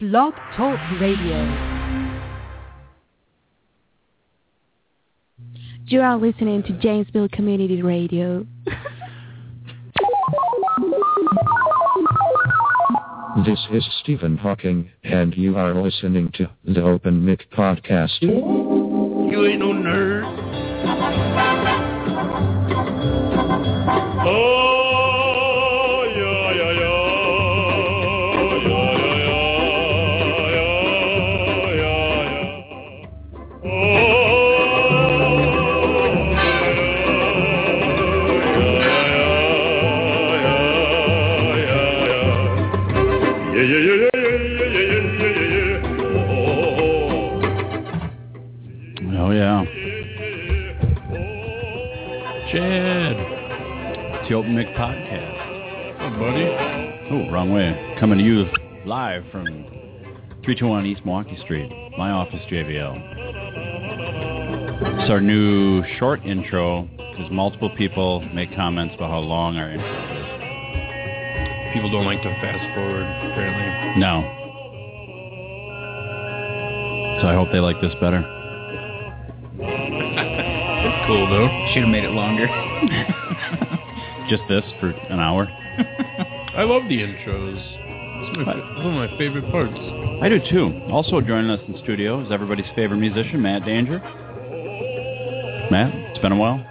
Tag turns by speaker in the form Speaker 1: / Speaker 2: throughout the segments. Speaker 1: Blog Talk Radio.
Speaker 2: You are listening to Jamesville Community Radio.
Speaker 3: This is Stephen Hawking, and you are listening to the Open Mic Podcast.
Speaker 4: Oh, You ain't no nerd. Oh.
Speaker 5: Oh, Open Mic Podcast. Hey, buddy. Oh, wrong way. Coming to you live from 321 East Milwaukee Street, my office, JVL. It's our new short intro because multiple people make comments about how long our intro
Speaker 4: is. People don't like to fast forward, apparently.
Speaker 5: No. So I hope they like this better.
Speaker 4: it's cool, though.
Speaker 6: Should have made it longer.
Speaker 5: just this for an hour.
Speaker 4: I love the intros. It's my, one of my favorite parts.
Speaker 5: I do too. Also joining us in studio is everybody's favorite musician, Matt Danger. Matt, it's been a while.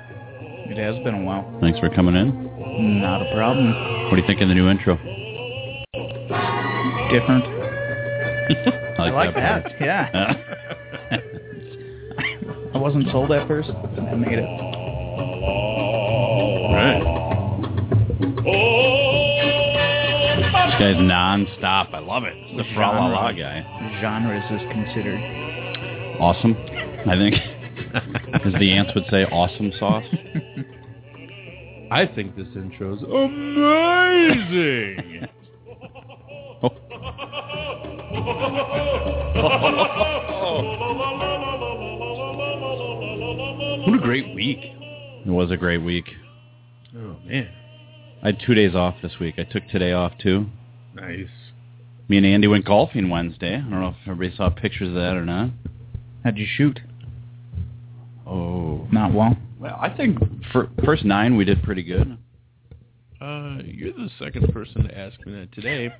Speaker 6: It has been a while.
Speaker 5: Thanks for coming in.
Speaker 6: Not a problem.
Speaker 5: What do you think of the new intro?
Speaker 6: Different.
Speaker 5: I like,
Speaker 6: I like that.
Speaker 5: that.
Speaker 6: Yeah. I wasn't sold at first, and I made it.
Speaker 5: This guy's non-stop. I love it. It's the fra la la guy.
Speaker 6: Genres is considered.
Speaker 5: Awesome, I think. As the ants would say, awesome sauce.
Speaker 4: I think this oh, intro is amazing. oh. what a great week.
Speaker 5: It was a great week.
Speaker 4: Oh, man.
Speaker 5: I had two days off this week. I took today off too.
Speaker 4: Nice.
Speaker 5: Me and Andy went golfing Wednesday. I don't know if everybody saw pictures of that or not.
Speaker 6: How'd you shoot?
Speaker 5: Oh,
Speaker 6: not well.
Speaker 5: Well, I think for first nine we did pretty good.
Speaker 4: Uh, you're the second person to ask me that today,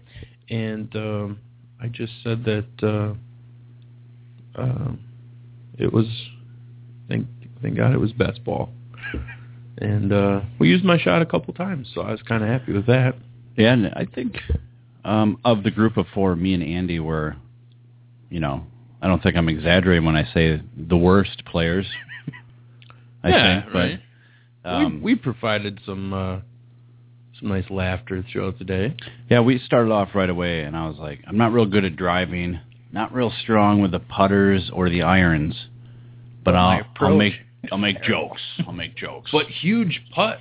Speaker 4: and um, I just said that uh, um, it was thank thank God it was best ball. and uh, we used my shot a couple times, so I was kind of happy with that.
Speaker 5: Yeah, and I think um, of the group of four, me and Andy were, you know, I don't think I'm exaggerating when I say the worst players.
Speaker 4: I yeah, think, right. But, um, we, we, provided some uh, some nice laughter throughout the day.
Speaker 5: Yeah, we started off right away, and I was like, I'm not real good at driving, not real strong with the putters or the irons, but I'll, I'll make I'll make jokes. I'll make jokes.
Speaker 4: But huge putt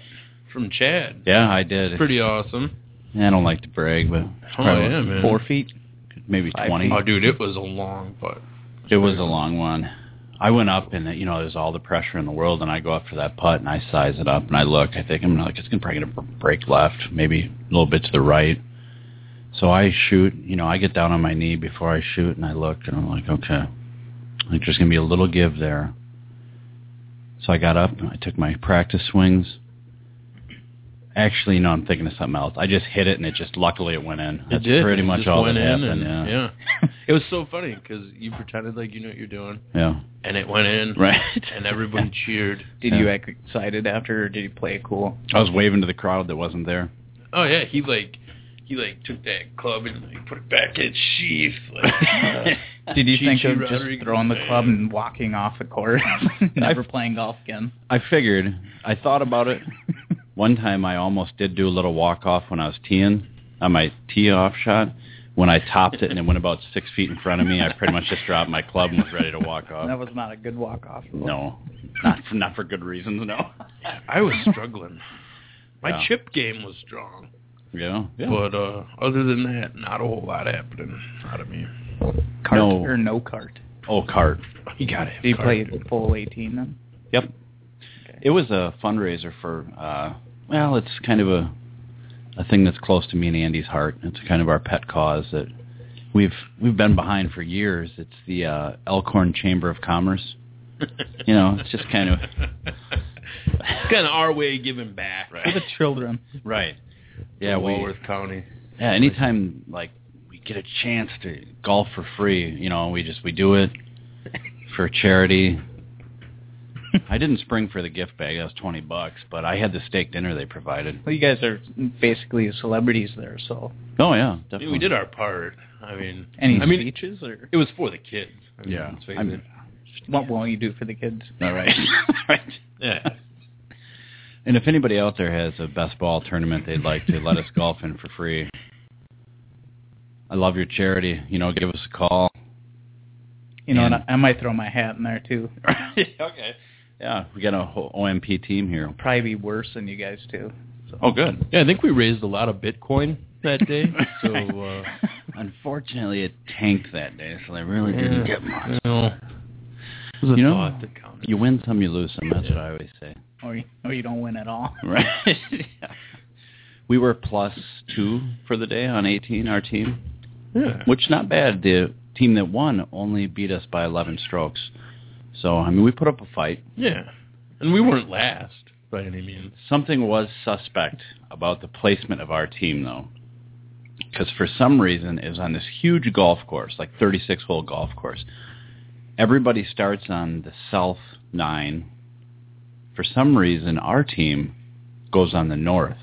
Speaker 4: from Chad.
Speaker 5: Yeah, I did.
Speaker 4: It's pretty awesome.
Speaker 5: Yeah, I don't like to brag, but
Speaker 4: oh, yeah, man.
Speaker 6: four feet,
Speaker 5: maybe Five twenty. Feet.
Speaker 4: Oh, dude, it was a long putt.
Speaker 5: It was a long one. I went up and you know there's all the pressure in the world, and I go up for that putt and I size it up and I look. I think I'm like it's gonna probably gonna break left, maybe a little bit to the right. So I shoot. You know, I get down on my knee before I shoot, and I look and I'm like, okay, I think there's gonna be a little give there. So I got up and I took my practice swings. Actually, no, I'm thinking of something else. I just hit it and it just luckily it went in. That's
Speaker 4: it did.
Speaker 5: pretty
Speaker 4: it
Speaker 5: much all that happened. And,
Speaker 4: yeah. yeah. it was so funny because you pretended like you knew what you're doing.
Speaker 5: Yeah.
Speaker 4: And it went in.
Speaker 5: Right.
Speaker 4: And everybody cheered.
Speaker 6: Did yeah. you act excited after, or did you play it cool?
Speaker 5: I was waving to the crowd that wasn't there.
Speaker 4: Oh yeah, he like he like took that club and like put it back in its sheath. Like,
Speaker 6: uh, did you think of just throwing the club and walking off the course, never I, playing golf again?
Speaker 5: I figured. I thought about it. One time, I almost did do a little walk off when I was teeing on my tee off shot. When I topped it and it went about six feet in front of me, I pretty much just dropped my club and was ready to walk off.
Speaker 6: That was not a good walk off.
Speaker 5: No, not for, not for good reasons. No,
Speaker 4: I was struggling. My yeah. chip game was strong.
Speaker 5: Yeah, yeah.
Speaker 4: But uh, other than that, not a whole lot happening out of me.
Speaker 6: Cart no. or no cart?
Speaker 5: Oh, cart.
Speaker 4: You got it.
Speaker 6: You played full 18 then?
Speaker 5: Yep. Okay. It was a fundraiser for, uh, well, it's kind of a a thing that's close to me and Andy's heart. It's kind of our pet cause that we've we've been behind for years. It's the uh, Elkhorn Chamber of Commerce. you know, it's just kind of
Speaker 4: it's kind of our way of giving back
Speaker 6: For the children.
Speaker 5: right. Yeah,
Speaker 4: to
Speaker 5: we,
Speaker 4: Walworth County.
Speaker 5: yeah. Anytime like we get a chance to golf for free, you know, we just we do it for charity. I didn't spring for the gift bag. That was twenty bucks, but I had the steak dinner they provided.
Speaker 6: Well, you guys are basically celebrities there, so
Speaker 5: Oh yeah,
Speaker 4: I
Speaker 5: definitely.
Speaker 4: mean, we did our part. I mean,
Speaker 6: any
Speaker 4: I mean,
Speaker 6: speeches or
Speaker 4: it was for the kids. I mean,
Speaker 5: Yeah.
Speaker 4: let's face
Speaker 5: I mean-
Speaker 4: it.
Speaker 6: what won't you do for the kids?
Speaker 5: All right. right.
Speaker 4: yeah.
Speaker 5: And if anybody out there has a best ball tournament they'd like to let us golf in for free, I love your charity. You know, give us a call.
Speaker 6: You know, and
Speaker 5: And-
Speaker 6: I, I might throw my hat in there too.
Speaker 5: okay. Yeah, we got a whole OMP team here.
Speaker 6: Probably be worse than you guys do.
Speaker 5: Oh, good.
Speaker 4: Yeah, I think we raised a lot of Bitcoin that day. So, uh,
Speaker 5: Unfortunately, it tanked that day, so they really didn't get much.
Speaker 4: well, it was a
Speaker 5: You know,
Speaker 4: thought that counted.
Speaker 5: You win some, you lose some. That's what I always say.
Speaker 6: or you, or you don't win at all.
Speaker 5: Right. Yeah. We were plus two for the day on 18, our team.
Speaker 4: Yeah.
Speaker 5: which not bad. The team that won only beat us by 11 strokes. So I mean, we put up a fight.
Speaker 4: yeah, and we weren't last by any means.
Speaker 5: Something was suspect about the placement of our team, though, because for some reason it was on this huge golf course, like 36 hole golf course. Everybody starts on the south nine. For some reason, our team goes on the north.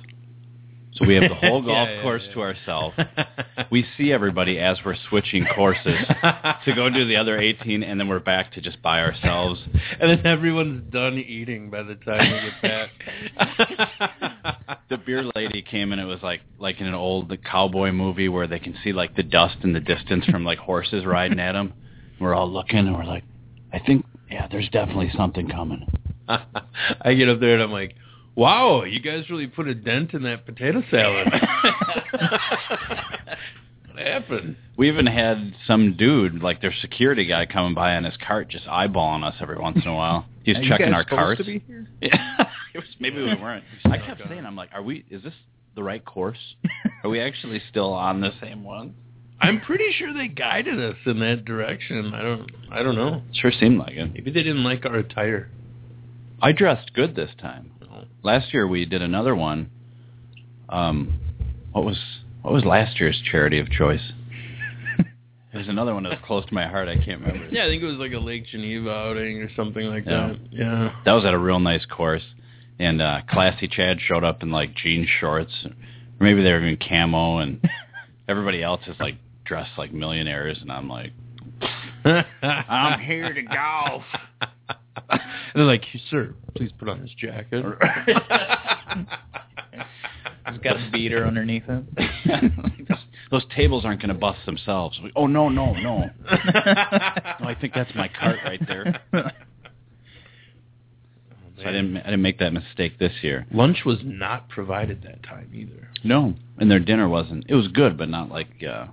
Speaker 5: So we have the whole
Speaker 4: Yeah,
Speaker 5: golf
Speaker 4: yeah,
Speaker 5: course
Speaker 4: yeah.
Speaker 5: to ourselves. we see everybody as we're switching courses to go do the other 18, and then we're back to just by ourselves.
Speaker 4: and then everyone's done eating by the time we get back.
Speaker 5: The beer lady came and it was like like in an old cowboy movie where they can see like the dust in the distance from like horses riding at them. We're all looking and we're like, I think yeah, there's definitely something coming.
Speaker 4: I get up there and I'm like, wow, you guys really put a dent in that potato salad. what happened?
Speaker 5: We even had some dude like their security guy coming by on his cart just eyeballing us every once in a while. He's
Speaker 6: Are you
Speaker 5: checking
Speaker 6: guys
Speaker 5: our
Speaker 6: supposed
Speaker 5: carts.
Speaker 6: to be here?
Speaker 5: Yeah. It was- maybe we weren't. I kept
Speaker 4: God.
Speaker 5: saying, I'm like, are we, is this the right course? Are we actually still on the same one?
Speaker 4: I'm pretty sure they guided us in that direction. I don't I don't know.
Speaker 5: Sure seemed like it.
Speaker 4: Maybe they didn't like our attire.
Speaker 5: I dressed good this time. Last year we did another one. Um, what was, what was last year's charity of choice? There's another one that was close to my heart. I can't remember.
Speaker 4: Yeah, I think it was like a Lake Geneva outing or something like
Speaker 5: Yeah.
Speaker 4: that. Yeah.
Speaker 5: That was at a real nice course. And uh classy Chad showed up in like jean shorts. Or maybe they were in camo and everybody else is like dressed like millionaires and I'm like I'm here to golf.
Speaker 4: And they're like, sir, please put on this jacket.
Speaker 6: He's got a beater underneath it.
Speaker 5: Those tables aren't going to bust themselves. Like, oh no, no, no. No, I think that's my cart right there. So I didn't I didn't make that mistake this year.
Speaker 4: Lunch was not provided that time either.
Speaker 5: No, and their dinner wasn't. It was good, but not like uh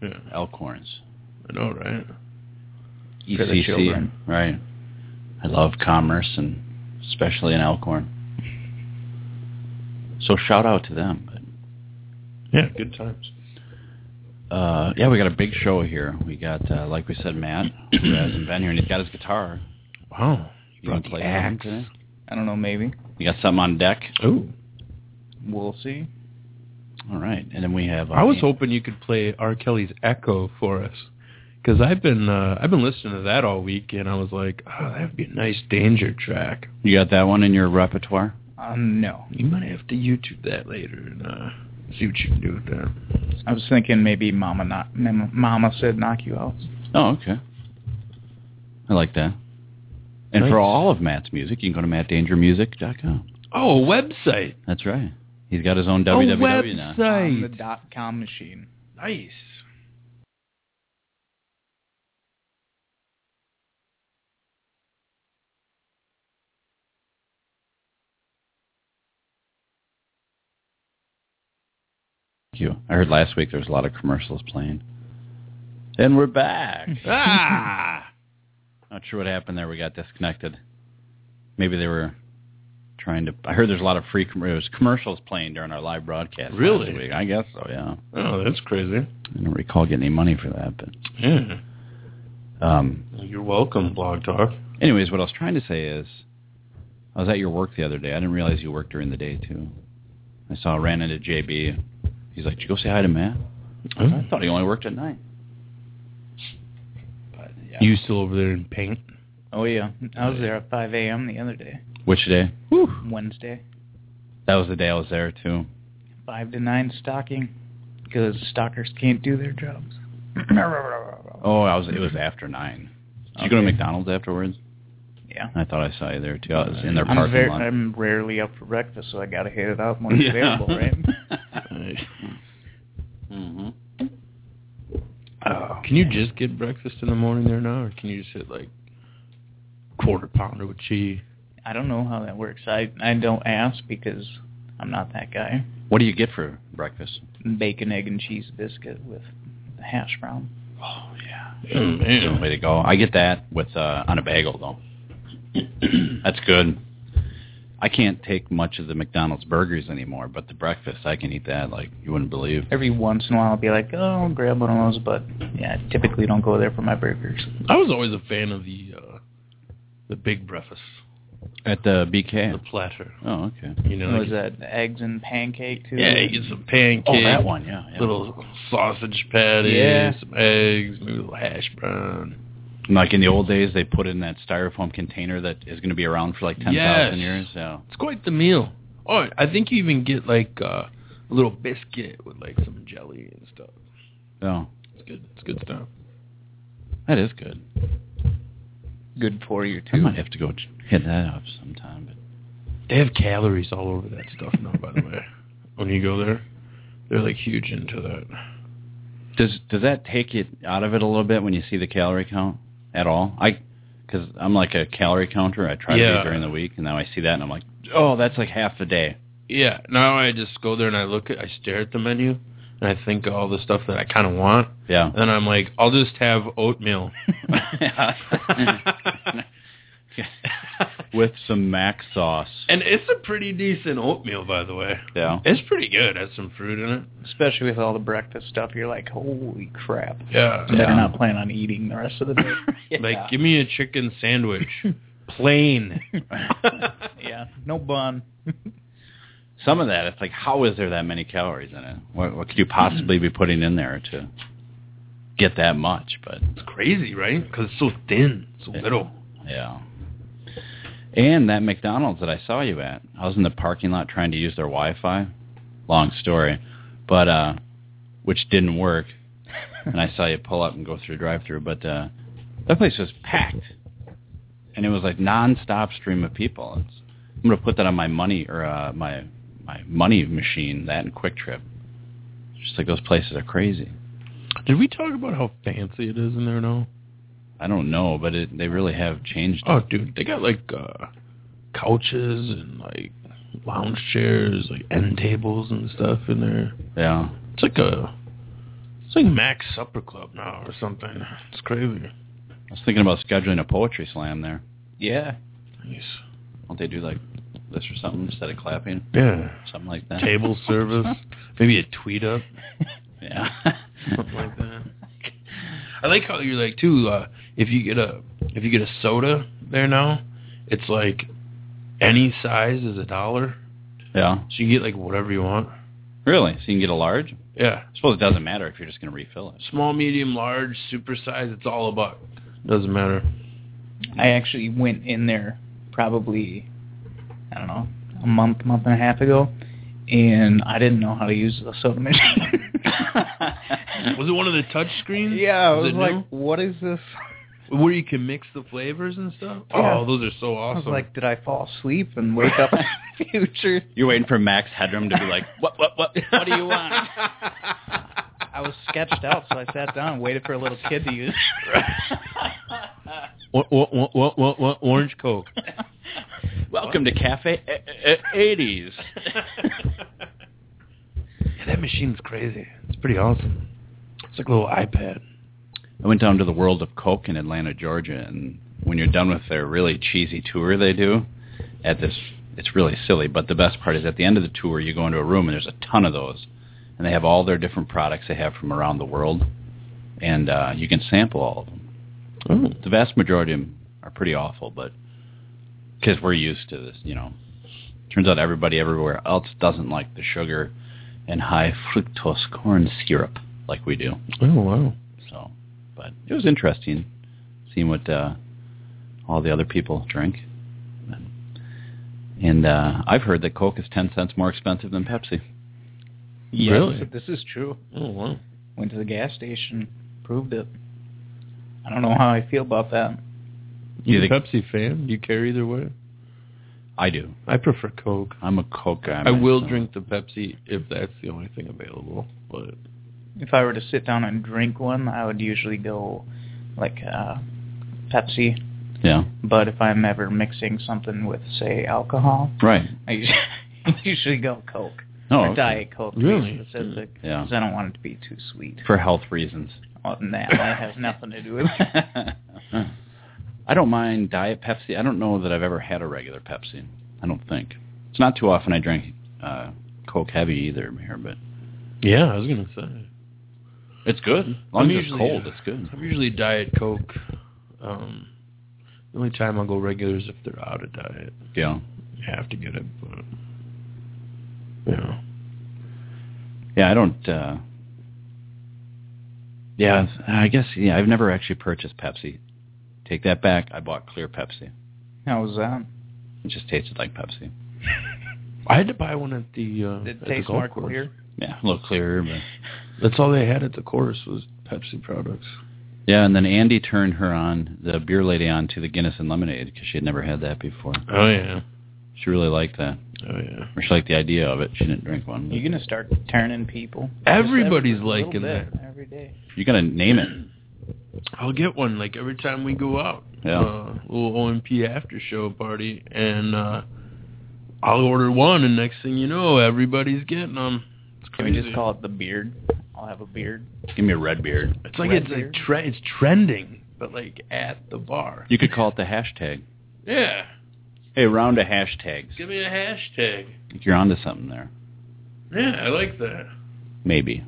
Speaker 4: Yeah.
Speaker 5: Elkhorn's.
Speaker 4: I know, right?
Speaker 6: For the
Speaker 5: ECC,
Speaker 6: children.
Speaker 5: right? I love commerce and especially in Elkhorn. So shout out to them.
Speaker 4: Yeah, good times.
Speaker 5: uh, yeah, we got a big show here. We got, uh, like we said, Matt, who hasn't been here, and he's got his guitar.
Speaker 4: Wow.
Speaker 5: You gonna
Speaker 6: Brought the
Speaker 5: play something
Speaker 6: axe.
Speaker 5: today?
Speaker 6: I don't know, maybe.
Speaker 5: You got something on deck?
Speaker 4: Oh,
Speaker 6: We'll see.
Speaker 5: All right, and then we have. Uh,
Speaker 4: I was hoping you could play R. Kelly's Echo for us, because I've been uh, I've been listening to that all week, and I was like, oh, that'd be a nice danger track.
Speaker 5: You got that one in your repertoire?
Speaker 6: Um, no.
Speaker 4: You might have to YouTube that later and uh, see what you can do with that.
Speaker 6: I was thinking maybe Mama not, Mama said knock you out.
Speaker 5: Oh, okay. I like that. And
Speaker 4: Nice.
Speaker 5: for all of Matt's music, you can go to mattdangermusic.com.
Speaker 4: Oh, a website.
Speaker 5: That's right. He's got his own
Speaker 4: A
Speaker 5: www now.
Speaker 6: E On the
Speaker 4: website.
Speaker 6: dot com machine.
Speaker 4: Nice.
Speaker 5: Thank you. I heard last week there was a lot of commercials playing. And we're back.
Speaker 4: Ah.
Speaker 5: Not sure what happened there. We got disconnected. Maybe they were trying to. I heard there's a lot of free com- it was commercials playing during our live broadcast. last
Speaker 4: Really?
Speaker 5: week. I guess so. Yeah.
Speaker 4: Oh, that's crazy.
Speaker 5: I don't recall getting any money for that, but
Speaker 4: Yeah.
Speaker 5: um,
Speaker 4: You're welcome, Blog Talk.
Speaker 5: anyways, what I was trying to say is, I was at your work the other day. I didn't realize you worked during the day too. I saw ran into JB. He's like, "Did you go say hi to Matt?" I thought he only worked at night. But yeah.
Speaker 4: You still over there in paint?
Speaker 6: Oh yeah, I was there at 5 a.m. the other day,
Speaker 5: Which day?
Speaker 6: Wednesday,
Speaker 5: That was the day I was there too.
Speaker 6: five to nine stocking, because stalkers can't do their jobs.
Speaker 5: Oh, I was. It was after nine. Did you go to
Speaker 6: Okay.
Speaker 5: McDonald's afterwards?
Speaker 6: Yeah.
Speaker 5: I thought I saw you there too. I was in their
Speaker 6: I'm,
Speaker 5: parking
Speaker 6: very,
Speaker 5: lot.
Speaker 6: I'm rarely up for breakfast, so I gotta hit it up when it's available, right?
Speaker 4: Uh,
Speaker 5: hmm
Speaker 4: Can you just get breakfast in the morning there now, or can you just hit like quarter pounder with cheese?
Speaker 6: I don't know how that works. I I don't ask because I'm not that guy.
Speaker 5: What do you get for breakfast?
Speaker 6: Bacon, egg, and cheese biscuit with hash brown.
Speaker 5: Oh yeah,
Speaker 4: Oh,
Speaker 5: way to go! I get that with uh, on a bagel though. That's good. I can't take much of the McDonald's burgers anymore, but the breakfast I can eat that like you wouldn't believe.
Speaker 6: Every once in a while, I'll be like, oh, I'll grab one of those, but yeah, I typically don't go there for my burgers.
Speaker 4: I was always a fan of the uh, the big breakfast,
Speaker 5: At the
Speaker 4: the
Speaker 5: BK.
Speaker 4: platter.
Speaker 5: Oh okay.
Speaker 4: You know,
Speaker 6: What
Speaker 4: like
Speaker 6: was that? Eggs and pancake too.
Speaker 4: yeah, you get some pancakes,
Speaker 5: Oh that one yeah. yeah.
Speaker 4: little sausage patties,
Speaker 5: Yeah.
Speaker 4: some eggs, maybe a little hash brown.
Speaker 5: Like in the old days, they put it in that styrofoam container that is going to be around for like ten
Speaker 4: Yes.
Speaker 5: thousand years. Yeah.
Speaker 4: It's quite the meal. Oh, I think you even get like uh, a little biscuit with like some jelly and stuff.
Speaker 5: So
Speaker 4: It's good. It's good stuff.
Speaker 5: Oh, that is good.
Speaker 6: Good for you
Speaker 5: I
Speaker 6: too.
Speaker 5: might have to go ch- hit that up sometime. But
Speaker 4: They have calories all over that stuff now. By the way, when you go there, they're like huge into that.
Speaker 5: does does that take it out of it a little bit when you see the calorie count at all? I because I'm like a calorie counter. I try to
Speaker 4: Yeah.
Speaker 5: do during the week, and now I see that, and I'm like, oh, that's like half the day.
Speaker 4: Yeah. Now I just go there and I look at, I stare at the menu, and I think of all the stuff that I kind of want,
Speaker 5: Yeah.
Speaker 4: and then I'm like, I'll just have oatmeal.
Speaker 5: With some mac sauce.
Speaker 4: And it's a pretty decent oatmeal, by the way.
Speaker 5: Yeah.
Speaker 4: It's pretty good. Has some fruit in it.
Speaker 6: Especially with all the breakfast stuff, you're like, holy crap!
Speaker 4: Yeah.
Speaker 6: I better not plan on eating the rest of the day.
Speaker 4: Like, give me a chicken sandwich, plain.
Speaker 6: yeah, no bun.
Speaker 5: Some of that, it's like, how is there that many calories in it? What, what could you possibly be putting in there to get that much? But
Speaker 4: It's crazy, right? Because it's so thin, so
Speaker 5: Yeah.
Speaker 4: little.
Speaker 5: Yeah. And that McDonald's that I saw you at, I was in the parking lot trying to use their Wi-Fi. Long story, but uh, which didn't work. and I saw you pull up and go through drive-through, but uh, that place was packed, and it was like non-stop stream of people. It's, I'm gonna put that on my money or uh, my my money machine. That and Quick Trip. It's Just like those places are crazy.
Speaker 4: Did we talk about how fancy it is in there now?
Speaker 5: I don't know, but it, they really have changed.
Speaker 4: Oh, dude, they got like uh couches and like lounge chairs, like end tables and stuff in there.
Speaker 5: Yeah.
Speaker 4: It's like a it's like Max Supper Club now or something. It's crazy.
Speaker 5: I was thinking about scheduling a poetry slam there.
Speaker 6: Yeah,
Speaker 4: Nice.
Speaker 5: Won't they do like this or something instead of clapping?
Speaker 4: Yeah.
Speaker 5: Something like that.
Speaker 4: Table service, maybe a tweet up,
Speaker 5: Yeah.
Speaker 4: something like that. I like how you're like too. Uh, if you get a if you get a soda there now, it's like any size is a dollar,
Speaker 5: yeah.
Speaker 4: so you can get like whatever you want.
Speaker 5: Really? So you can get a large?
Speaker 4: Yeah,
Speaker 5: I suppose it doesn't matter if you're just going to refill it.
Speaker 4: small, medium, large, super size. It's all about. Doesn't matter.
Speaker 6: I actually went in there probably I don't know a month, month and a half ago, and I didn't know how to use the soda machine.
Speaker 4: Was it one of the touch screens?
Speaker 6: yeah, I
Speaker 4: Was it
Speaker 6: was like, what is this?
Speaker 4: new? where you can mix the flavors and stuff.
Speaker 6: Yeah.
Speaker 4: Oh, those are so
Speaker 6: I was
Speaker 4: awesome.
Speaker 6: like, did I fall asleep and wake up in the future?
Speaker 5: You're waiting for Max Headroom to be like, what, what, what, what do you want?
Speaker 6: I was sketched out, so I sat down and waited for a little kid to use.
Speaker 4: what, what, what, what, what, what, orange coke.
Speaker 5: Welcome to Cafe eh, eh, eh, 80s.
Speaker 4: Yeah, that machine's crazy. It's pretty awesome. It's like a little iPad.
Speaker 5: I went down to the World of Coke in Atlanta, Georgia, and when you're done with their really cheesy tour they do at this, it's really silly. But the best part is at the end of the tour, you go into a room and there's a ton of those, and they have all their different products they have from around the world, and uh, you can sample all of them.
Speaker 4: Oh.
Speaker 5: The vast majority of them are pretty awful, but because we're used to this, you know. Turns out everybody everywhere else doesn't like the sugar and high fructose corn syrup like we do.
Speaker 4: Oh wow.
Speaker 5: So, but it was interesting seeing what uh, all the other people drink. And uh, I've heard that Coke is ten cents more expensive than Pepsi.
Speaker 6: Yes,
Speaker 4: Really?
Speaker 6: this is true.
Speaker 4: Oh wow.
Speaker 6: Went to the gas station, proved it. I don't know how I feel about that.
Speaker 4: You
Speaker 5: You
Speaker 4: a
Speaker 5: think-
Speaker 4: Pepsi fan? You care either way?
Speaker 5: I do.
Speaker 4: I prefer Coke.
Speaker 5: I'm a Coke guy.
Speaker 4: I will
Speaker 5: myself.
Speaker 4: drink the Pepsi if that's the only thing available. But
Speaker 6: If I were to sit down and drink one, I would usually go like uh, Pepsi.
Speaker 5: Yeah.
Speaker 6: But if I'm ever mixing something with, say, alcohol,
Speaker 5: Right.
Speaker 6: I usually, usually go Coke
Speaker 5: No.
Speaker 6: or
Speaker 5: okay.
Speaker 6: Diet Coke, to be
Speaker 4: Oh, Really?
Speaker 6: specific,
Speaker 5: Yeah.
Speaker 6: because I don't want it to be too sweet.
Speaker 5: For health reasons.
Speaker 6: Well, nah, that has nothing to do with it.
Speaker 5: I don't mind Diet Pepsi. I don't know that I've ever had a regular Pepsi. I don't think. It's not too often I drink uh, Coke heavy either here, but
Speaker 4: yeah, I was gonna say.
Speaker 5: it's good. As long
Speaker 4: I'm
Speaker 5: as it's
Speaker 4: usually,
Speaker 5: cold,
Speaker 4: uh,
Speaker 5: it's good.
Speaker 4: I'm usually diet Coke. Um, the only time I'll go regular is if they're out of diet.
Speaker 5: Yeah.
Speaker 4: You have to get it, but yeah.
Speaker 5: Yeah, I don't. Uh, yeah, I guess. Yeah, I've never actually purchased Pepsi. Take that back. I bought clear Pepsi.
Speaker 6: How was uh, that?
Speaker 5: It just tasted like Pepsi.
Speaker 4: I had to buy one at the uh,
Speaker 6: Did
Speaker 4: at
Speaker 6: it
Speaker 4: the
Speaker 6: taste
Speaker 4: golf
Speaker 6: more
Speaker 4: course.
Speaker 6: clear?
Speaker 5: Yeah, a little clearer. But
Speaker 4: That's all they had at the course was Pepsi products.
Speaker 5: yeah, and then Andy turned her on the beer lady on to the Guinness and lemonade because she had never had that before.
Speaker 4: Oh yeah,
Speaker 5: She really liked that,
Speaker 4: oh yeah.
Speaker 5: or she liked the idea of it. She didn't drink one. but
Speaker 6: You're gonna start turning people.
Speaker 4: Everybody's
Speaker 6: Just every- little
Speaker 4: liking
Speaker 6: bit, every day.
Speaker 5: You're gonna name it.
Speaker 4: I'll get one like every time we go out.
Speaker 5: Yeah.
Speaker 4: Uh, little OMP after show party, and uh, I'll order one, and next thing you know, everybody's getting them. It's
Speaker 6: Can
Speaker 4: crazy.
Speaker 6: we just call it the beard? I'll have a beard.
Speaker 5: Give me a red beard.
Speaker 4: It's like
Speaker 6: Red
Speaker 4: it's a
Speaker 6: beard?
Speaker 4: tre- it's trending, but like at the bar.
Speaker 5: You could call it the hashtag.
Speaker 4: Yeah,
Speaker 5: Hey, round of hashtags.
Speaker 4: give me a hashtag.
Speaker 5: You're onto something there.
Speaker 4: Yeah, I like that.
Speaker 5: maybe.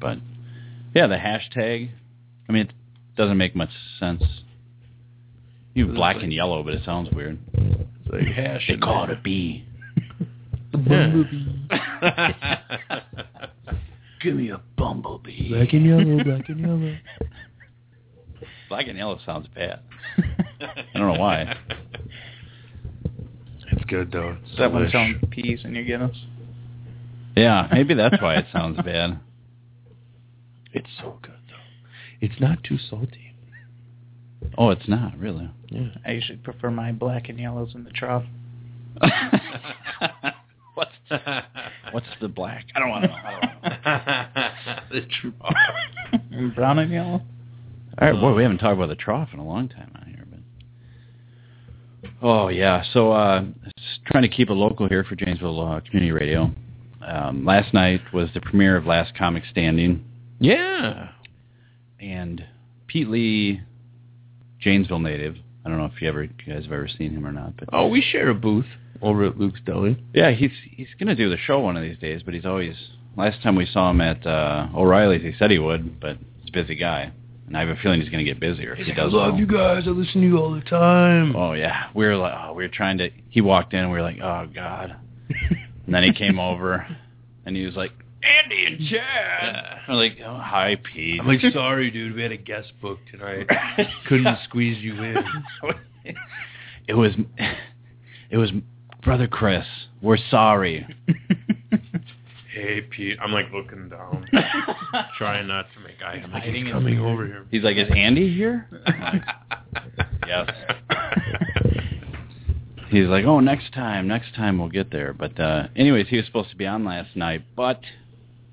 Speaker 5: But yeah, the hashtag. I mean, it doesn't make much sense. You have
Speaker 4: It's
Speaker 5: black
Speaker 4: like-
Speaker 5: and yellow, but it sounds weird.
Speaker 4: It's like hash.
Speaker 5: They
Speaker 4: and
Speaker 5: call
Speaker 4: that.
Speaker 5: it a bee. Give me a bumblebee.
Speaker 4: black and yellow, black and yellow.
Speaker 5: Black and yellow sounds bad. I don't know why.
Speaker 4: It's good though. It's
Speaker 6: Is that one
Speaker 4: delish.
Speaker 6: selling peas in your Guinness?
Speaker 5: Yeah, maybe that's why it sounds bad.
Speaker 4: It's so good though. It's not too salty.
Speaker 5: Oh, it's not really.
Speaker 6: I usually prefer my black and yellows in the trough.
Speaker 5: what's what's the black? Oh. I don't want to know. I don't wanna know.
Speaker 4: the true
Speaker 6: And brown and yellow?
Speaker 5: All right, boy, we haven't talked about the trough in a long time out here, but oh yeah. So uh, s- trying to keep it local here for Janesville uh, Community Radio. Um, last night was the premiere of Last Comic Standing,
Speaker 4: Yeah.
Speaker 5: and Pete Lee, Janesville native. I don't know if you ever you guys have ever seen him or not, but
Speaker 4: Oh, we share a booth over at Luke's Deli.
Speaker 5: yeah, he's he's gonna do the show one of these days. But he's always last time we saw him at uh, O'Reilly's, he said he would, but he's a busy guy, and I have a feeling he's gonna get busier if he does.
Speaker 4: I love
Speaker 5: well.
Speaker 4: you guys. I listen to you all the time.
Speaker 5: Oh yeah, we were like, oh, we were trying to. He walked in, and we were like, oh god. and then he came over, and he was like, Andy and Chad. We're like, oh, hi Pete.
Speaker 4: I'm like, sorry, dude. We had a guest book tonight. Couldn't squeeze you in.
Speaker 5: it was, it was brother Chris. We're sorry.
Speaker 4: Hey, Pete. I'm like looking down, trying not to make eye contact.
Speaker 6: Hiding
Speaker 4: He's
Speaker 6: in
Speaker 4: coming over here.
Speaker 5: He's like, is Andy here? Yes. He's like, oh, next time, next time we'll get there. But uh, anyways, he was supposed to be on last night, but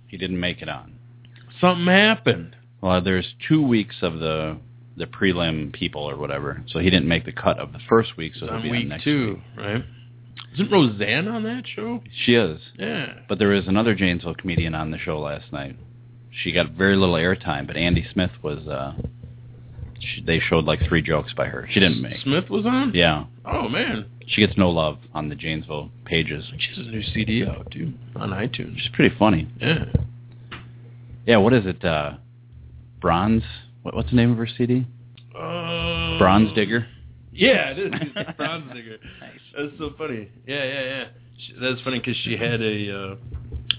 Speaker 5: he didn't make it on.
Speaker 4: Something happened.
Speaker 5: Well, there's two weeks of the the prelim people or whatever, so he didn't make the cut of the first week, so he'll
Speaker 4: on
Speaker 5: be
Speaker 4: week
Speaker 5: on next.
Speaker 4: two, right? Isn't Roseanne on that show?
Speaker 5: She is,
Speaker 4: Yeah.
Speaker 5: but there was another Janesville comedian on the show last night. She got very little airtime, but Andy Smith was uh, she, they showed like three jokes by her. She didn't make.
Speaker 4: Smith was on.
Speaker 5: Yeah,
Speaker 4: Oh man,
Speaker 5: she gets no love on the Janesville pages.
Speaker 4: she has a new CD out, dude, on iTunes.
Speaker 5: She's pretty funny.
Speaker 4: Yeah.
Speaker 5: Yeah, what is it? Uh, Bronze. What, what's the name of her CD?
Speaker 4: Uh,
Speaker 5: Bronze Digger.
Speaker 4: Yeah, it is. It's Bronze Digger. That's so funny. Yeah, yeah, yeah. She, that's funny because she had a uh,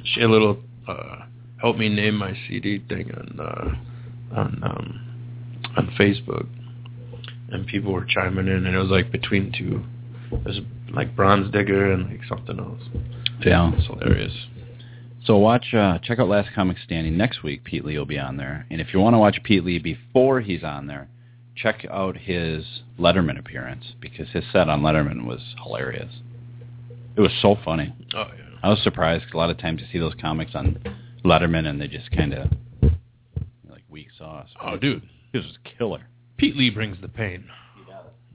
Speaker 4: she had a little uh, help me name my CD thing on uh, on um, on Facebook, and people were chiming in, and it was like between two, it was like Bronze Digger and like something else.
Speaker 5: Yeah.
Speaker 4: It's hilarious.
Speaker 5: So watch, uh, check out Last Comic Standing next week. Pete Lee will be on there, and if you want to watch Pete Lee before he's on there, check out his Letterman appearance because his set on Letterman was hilarious. It was so funny.
Speaker 4: Oh yeah.
Speaker 5: I was surprised 'cause a lot of times you see those comics on Letterman and they just kind of like weak sauce.
Speaker 4: Oh dude,
Speaker 5: This was killer.
Speaker 4: Pete Lee brings the pain.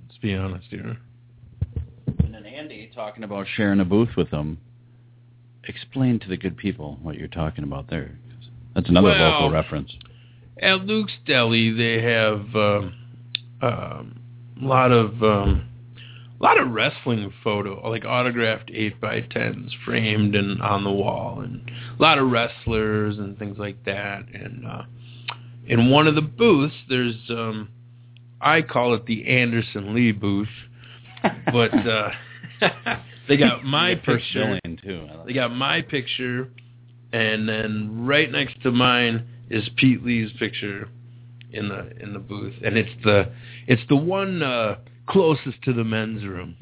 Speaker 4: Let's be honest here.
Speaker 5: And then Andy talking about sharing a booth with them. Explain to the good people what you're talking about there. That's another
Speaker 4: Well-
Speaker 5: local reference.
Speaker 4: At Luke's Deli, they have um, um, a lot of um, a lot of wrestling photo, like autographed eight by tens, framed and on the wall, and a lot of wrestlers and things like that. And uh, in one of the booths, there's um, I call it the Anderson Lee booth, but uh, they got my
Speaker 5: The first
Speaker 4: picture.
Speaker 5: villain, too. I like-
Speaker 4: They got my picture, and then right next to mine is Pete Lee's picture in the in the booth, and it's the it's the one uh, closest to the men's room,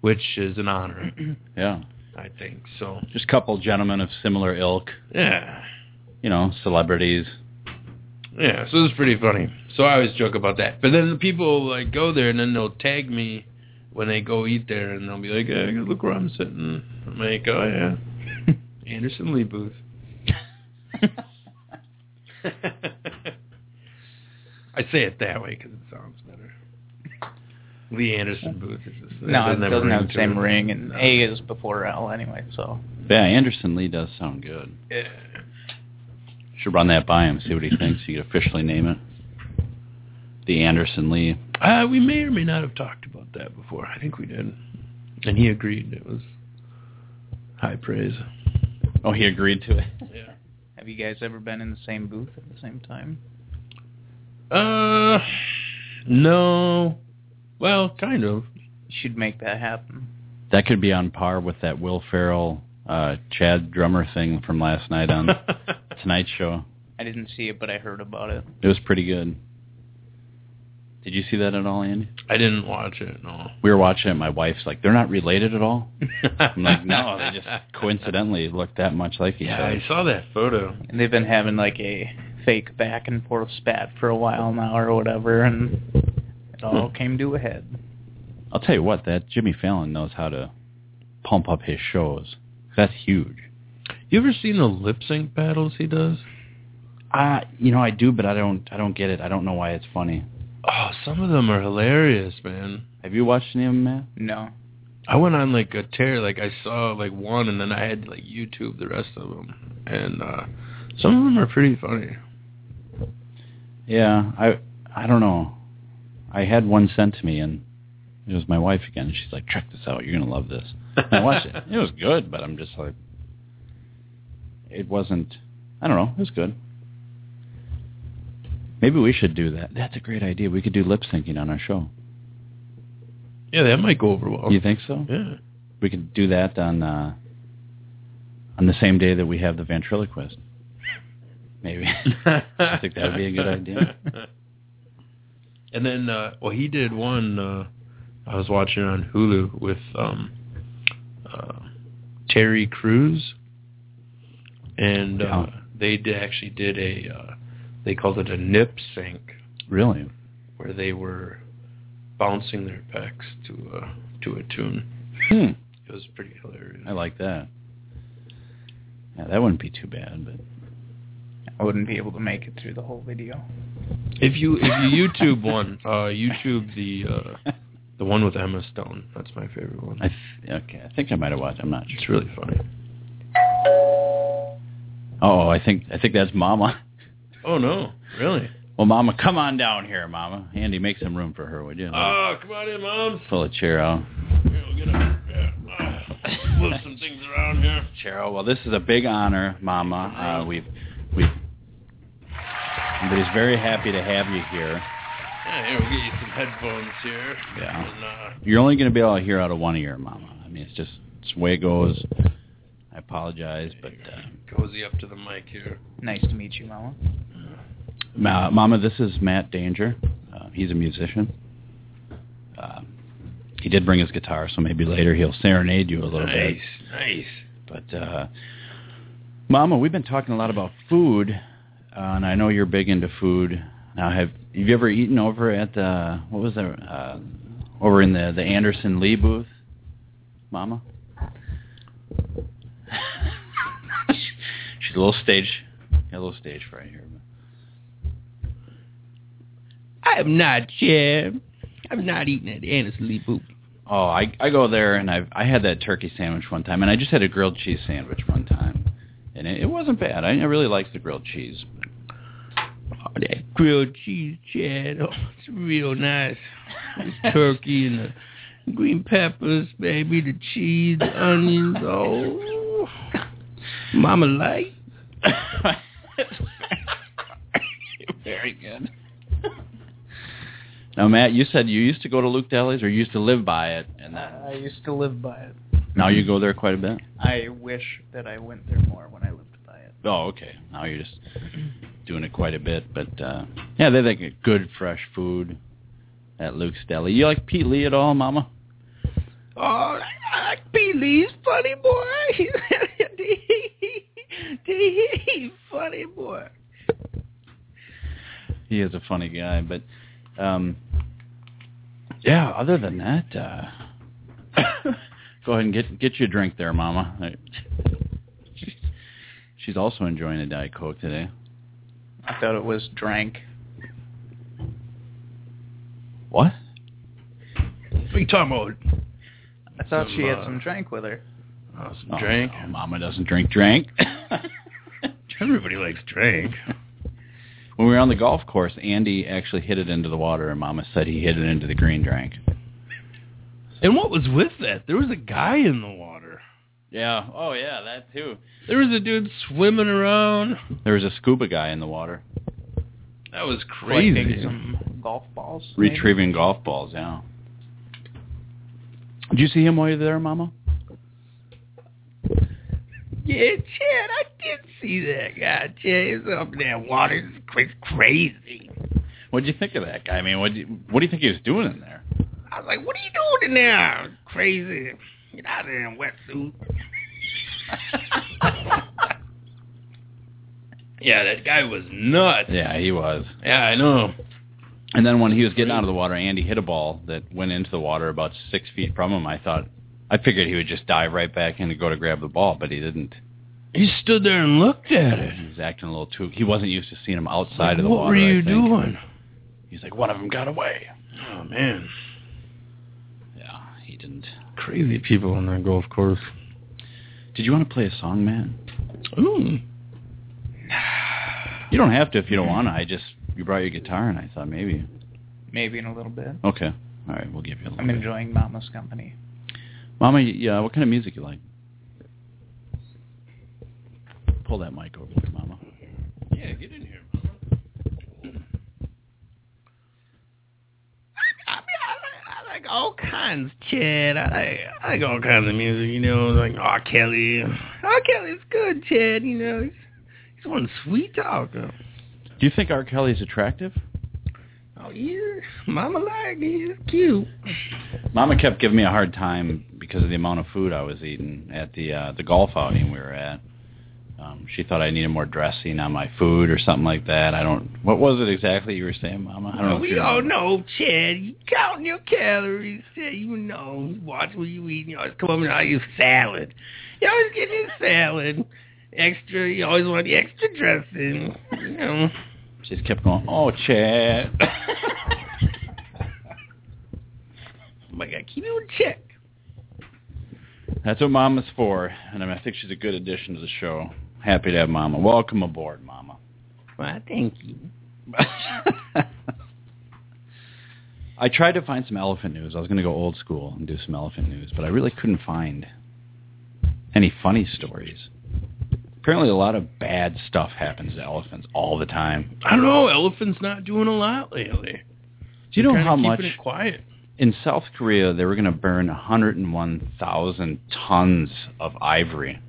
Speaker 4: which is an honor,
Speaker 5: Yeah,
Speaker 4: I think. So
Speaker 5: just a couple gentlemen of similar ilk,
Speaker 4: yeah,
Speaker 5: you know, celebrities.
Speaker 4: yeah. So it's pretty funny. So I always joke about that. But then the people like go there, and then they'll tag me when they go eat there, and they'll be like, hey, "Look where I'm sitting." I'm like, "Oh yeah, Anderson Lee booth." I say it that way because it sounds better. Lee Anderson Booth is just,
Speaker 6: No, it doesn't
Speaker 4: ring
Speaker 6: have the same
Speaker 4: to it.
Speaker 6: ring, and
Speaker 4: No.
Speaker 6: A is before L anyway, so.
Speaker 5: Yeah, Anderson Lee does sound good.
Speaker 4: Yeah.
Speaker 5: Should run that by him, see what he thinks. You could officially name it. The Anderson Lee.
Speaker 4: Uh, we may or may not have talked about that before. I think we did, and he agreed. It was high praise.
Speaker 5: Oh, he agreed to it.
Speaker 4: Yeah.
Speaker 6: Have you guys ever been in the same booth at the same time?
Speaker 4: Uh, no. Well, kind of.
Speaker 6: You should make that happen.
Speaker 5: That could be on par with that Will Ferrell, uh, Chad drummer thing from last night on Tonight Show.
Speaker 6: I didn't see it, but I heard about it.
Speaker 5: It was pretty good. Did you see that at all, Andy?
Speaker 4: I didn't watch it. No.
Speaker 5: We were watching it. My wife's like, "They're not related at all." I'm like, "No, they just coincidentally look that much like each
Speaker 4: Yeah,
Speaker 5: other."
Speaker 4: I saw that photo.
Speaker 6: And they've been having like a fake back and forth spat for a while now or whatever, and it all
Speaker 7: Hmm.
Speaker 6: came to a head.
Speaker 5: I'll tell you what, that Jimmy Fallon knows how to pump up his shows. That's huge.
Speaker 4: You ever seen the lip sync battles he does?
Speaker 5: Uh, you know, I do, but I don't. I don't get it. I don't know why it's funny.
Speaker 4: Oh, some of them are hilarious, man.
Speaker 5: Have you watched any of them, Matt?
Speaker 6: No.
Speaker 4: I went on like a tear. Like I saw like one, and then I had to, like YouTube the rest of them, and uh, some of them are pretty funny.
Speaker 5: Yeah, I. I don't know. I had one sent to me, and it was my wife again. And she's like, "Check this out. You're gonna love this." And I watched it. It was good, but I'm just like, it wasn't. I don't know. It was good. Maybe we should do that. That's a great idea. We could do lip syncing on our show.
Speaker 4: Yeah, that might go over well.
Speaker 5: You think so?
Speaker 4: Yeah.
Speaker 5: we could do that on uh, on the same day that we have the ventriloquist. Maybe.
Speaker 4: I
Speaker 5: think that'd be a good idea.
Speaker 4: And then, uh, well, he did one. Uh, I was watching on Hulu with um, uh, Terry Crews, and uh, they did, actually did a. Uh, they called it a nip sync.
Speaker 5: really?
Speaker 4: where they were bouncing their pecs to uh, to a tune.
Speaker 5: Hmm.
Speaker 4: It was pretty hilarious.
Speaker 5: I like that. Yeah, that wouldn't be too bad, but
Speaker 6: I wouldn't be able to make it through the whole video.
Speaker 4: If you if you YouTube one, uh, YouTube the uh, the one with Emma Stone. That's my favorite one.
Speaker 5: I th- okay, I think I might have watched. I'm not
Speaker 4: It's
Speaker 5: sure.
Speaker 4: really funny.
Speaker 5: Oh, I think I think that's Mama.
Speaker 4: Oh no, really?
Speaker 5: Well, Mama, come on down here, Mama. Andy, make some room for her, would you?
Speaker 4: Oh, come on in, Mom.
Speaker 5: Pull a chair out.
Speaker 4: Here, we'll get a, yeah, oh, move some things around here.
Speaker 5: Chero, well, this is a big honor, Mama. Uh, we've, we've, everybody's very happy to have you here.
Speaker 4: Yeah, here, we'll get you some headphones here.
Speaker 5: Yeah.
Speaker 4: And, uh,
Speaker 5: You're only going to be able to hear out of one ear, Mama. I mean, it's just it's the way it goes. I apologize, but uh,
Speaker 4: cozy up to the mic here.
Speaker 6: Nice to meet you, Mama.
Speaker 5: Ma- Mama, this is Matt Danger. Uh, he's a musician. Uh, he did bring his guitar, so maybe later he'll serenade you a little
Speaker 4: nice, Nice,
Speaker 5: bit. But uh, Mama, we've been talking a lot about food, uh, and I know you're big into food. Now, have, have you ever eaten over at the what was that? Uh, over in the the Anderson Lee booth, Mama? She's a little stage, got a little stage fright here.
Speaker 7: I'm not, Jim. I'm not eating at Anderson Lee Boop.
Speaker 5: Oh, I I go there and I I had that turkey sandwich one time, and I just had a grilled cheese sandwich one time, and it, it wasn't bad. I, I really liked the grilled cheese.
Speaker 7: Oh, that grilled cheese, Chad. Oh, it's real nice. It's turkey and the green peppers, baby, the cheese, the onions. Oh, Mama like.
Speaker 5: Very good. Now, Matt, you said you used to go to Luke Deli's, or you used to live by it, and then
Speaker 6: Uh, I used to live by it.
Speaker 5: now you go there quite a bit.
Speaker 6: I wish that I went there more when I lived by it.
Speaker 5: Oh, okay. Now you're just doing it quite a bit, but uh yeah, they like good fresh food at Luke's Deli. You like Pete Lee at all, Mama?
Speaker 7: Oh, I like Pete Lee's funny boy. He's funny boy.
Speaker 5: He is a funny guy, but um, yeah, other than that, uh, go ahead and get get you a drink there, Mama. I, she's also enjoying a diet coke today.
Speaker 6: I thought it was drank.
Speaker 5: What?
Speaker 4: What are you talking about?
Speaker 6: I thought some, she had uh, some drink with her.
Speaker 4: Uh, some oh, drink.
Speaker 5: No, Mama doesn't drink drink.
Speaker 4: Everybody likes drink
Speaker 5: when we were on the golf course, Andy actually hit it into the water, and Mama said he hit it into the green drink.
Speaker 4: And what was with that? There was a guy in the water.
Speaker 5: Yeah. Oh, yeah, that too.
Speaker 4: There was a dude swimming around.
Speaker 5: There was a scuba guy in the water.
Speaker 4: That was crazy.
Speaker 6: Collecting some golf balls.
Speaker 5: Retrieving maybe? golf balls. Yeah. Did you see him while you were there, Mama?
Speaker 7: Yeah, Chad, I did see that guy. Chad, he's up in that water. It's crazy.
Speaker 5: What did you think of that guy? I mean, what you, what do you think he was doing in there?
Speaker 7: I was like, what are you doing in there? Crazy. Get out of there in wetsuit.
Speaker 4: yeah, that guy was nuts.
Speaker 5: Yeah, he was.
Speaker 4: Yeah, I know.
Speaker 5: And then when he was getting out of the water, Andy hit a ball that went into the water about six feet from him. I thought, I figured he would just dive right back in to go to grab the ball, but he didn't.
Speaker 4: He stood there and looked at it.
Speaker 5: He was acting a little too. He wasn't used to seeing him outside like, of the
Speaker 4: what
Speaker 5: water.
Speaker 4: What were you doing?
Speaker 5: He's like, one of them got away.
Speaker 4: Oh man.
Speaker 5: Yeah, he didn't.
Speaker 4: Crazy people on that golf course.
Speaker 5: Did you want to play a song, man?
Speaker 4: Ooh.
Speaker 5: You don't have to if you don't want to. I just you brought your guitar and I thought maybe.
Speaker 6: Maybe in a little bit.
Speaker 5: Okay. All right, we'll give you a little.
Speaker 6: I'm
Speaker 5: bit.
Speaker 6: enjoying Mama's company.
Speaker 5: Mama, yeah, what kind of music you like? Pull that mic over here, Mama.
Speaker 4: Yeah, get in here, Mama.
Speaker 7: I, I, mean, I, like, I like all kinds, Chad. I like, I like all kinds of music, you know, like R. Kelly. R. Kelly's good, Chad, you know. He's, he's one sweet talker.
Speaker 5: Do you think R. Kelly's attractive?
Speaker 7: Oh yeah, Mama like he's cute.
Speaker 5: Mama kept giving me a hard time because of the amount of food I was eating at the uh, the golf outing we were at. Um, she thought I needed more dressing on my food or something like that. I don't. What was it exactly you were saying, Mama? I don't
Speaker 7: well, we all know, Chad. You counting your calories. Chad, you know. You watch what you eat. You always come up and all your salad. You always get your salad extra. You always want the extra dressing. You know.
Speaker 5: She just kept going, oh, Chad.
Speaker 7: I'm like, I keep you in check.
Speaker 5: That's what Mama's for, and I, mean, I think she's a good addition to the show. Happy to have Mama. Welcome aboard, Mama.
Speaker 7: Well, thank you.
Speaker 5: I tried to find some elephant news. I was going to go old school and do some elephant news, but I really couldn't find any funny stories. Apparently, a lot of bad stuff happens to elephants all the time.
Speaker 4: I don't know. Elephants not doing a lot lately.
Speaker 5: Do you
Speaker 4: They're
Speaker 5: know
Speaker 4: kinda
Speaker 5: how much
Speaker 4: keeping it quiet?
Speaker 5: in South Korea they were going to burn 101,000 tons of ivory?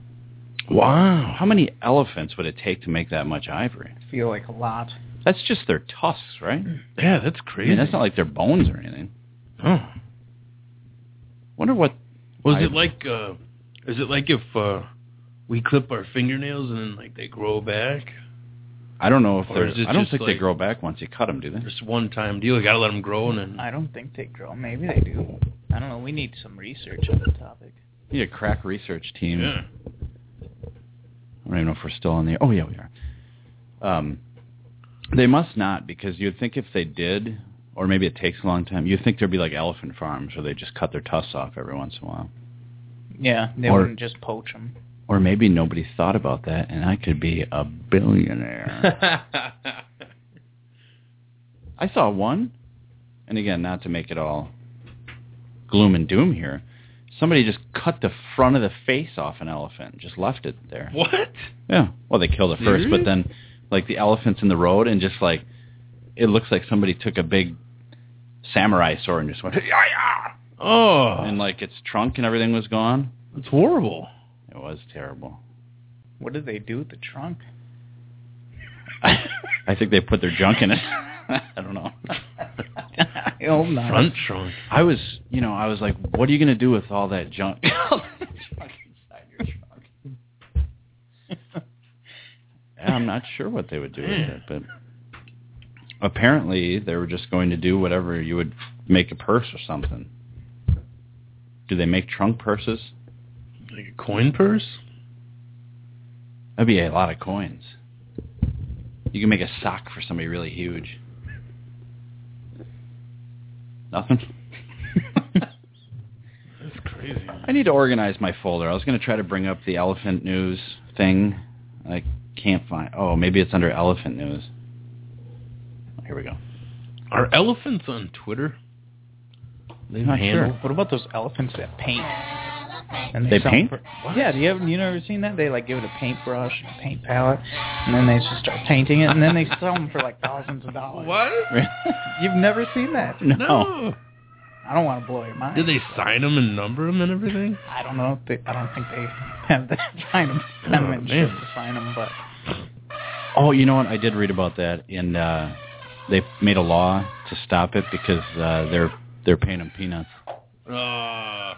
Speaker 4: Wow.
Speaker 5: How many elephants would it take to make that much ivory?
Speaker 6: I feel like a lot.
Speaker 5: That's just their tusks, right?
Speaker 4: Yeah, that's
Speaker 5: I
Speaker 4: crazy.
Speaker 5: mean, that's not like their bones or anything.
Speaker 4: oh.
Speaker 5: Wonder what
Speaker 4: Was
Speaker 5: I-
Speaker 4: it like? uh Is it like if uh we clip our fingernails and then like they grow back?
Speaker 5: I don't know if
Speaker 4: Or
Speaker 5: they're.
Speaker 4: is it
Speaker 5: I don't
Speaker 4: just
Speaker 5: think they
Speaker 4: like-
Speaker 5: grow back once you cut them, do they?
Speaker 4: Just one time deal. You gotta let them grow and then.
Speaker 6: I don't think they grow. Maybe they do. I don't know. We need some research on the topic.
Speaker 5: Need a crack research team.
Speaker 4: Yeah.
Speaker 5: I don't even know if we're still on there. Oh yeah, we are. Um, they must not because you'd think if they did, or maybe it takes a long time. You'd think there'd be like elephant farms where they just cut their tusks off every once in a while.
Speaker 6: Yeah, they
Speaker 5: Or-
Speaker 6: wouldn't just poach them.
Speaker 5: Or maybe nobody thought about that, and I could be a billionaire. I saw one, and again, not to make it all gloom and doom here. Somebody just cut the front of the face off an elephant, and just left it there.
Speaker 4: what?
Speaker 5: Yeah. Well, they killed it first,
Speaker 4: Really?
Speaker 5: but then like the elephants in the road, and just like it looks like somebody took a big samurai sword and just went
Speaker 4: Oh,
Speaker 5: and like its trunk and everything was gone.
Speaker 4: it's horrible.
Speaker 5: It was terrible.
Speaker 6: What did they do with the trunk?
Speaker 5: I think they put their junk in it. I don't know.
Speaker 6: I hope not.
Speaker 4: Front trunk.
Speaker 5: I was, you know, I was like, what are you gonna do with all that junk? all that junk inside your trunk. Yeah, I'm not sure what they would do with it, but apparently they were just going to do whatever you would make a purse or something. Do they make trunk purses?
Speaker 4: Like a coin purse?
Speaker 5: That'd be a lot of coins. You can make a sock for somebody really huge. Nothing.
Speaker 4: That's crazy.
Speaker 5: I need to organize my folder. I was going to try to bring up the elephant news thing. I can't find. Oh, maybe it's under elephant news. Here we go.
Speaker 4: Are elephants on Twitter? They have a
Speaker 5: Not
Speaker 4: handle?
Speaker 5: sure.
Speaker 6: What about those elephants that paint? And
Speaker 5: They
Speaker 6: sell
Speaker 5: paint?
Speaker 6: for- yeah, do you ever you never seen that? They like give it a paintbrush, and a paint palette, and then they just start painting it, and then they sell them for like thousands of dollars.
Speaker 4: What?
Speaker 6: You've never seen that?
Speaker 5: no.
Speaker 4: No.
Speaker 6: I don't want to blow your mind.
Speaker 4: Did they sign them and number them and everything?
Speaker 6: I don't know. If they, I don't think they have that sign them. I
Speaker 4: Oh,
Speaker 6: mean,
Speaker 4: man.
Speaker 6: shit to sign them, but
Speaker 5: Oh, you know what? I did read about that, and uh, they made a law to stop it because uh, they're they're paying them peanuts.
Speaker 4: Uh,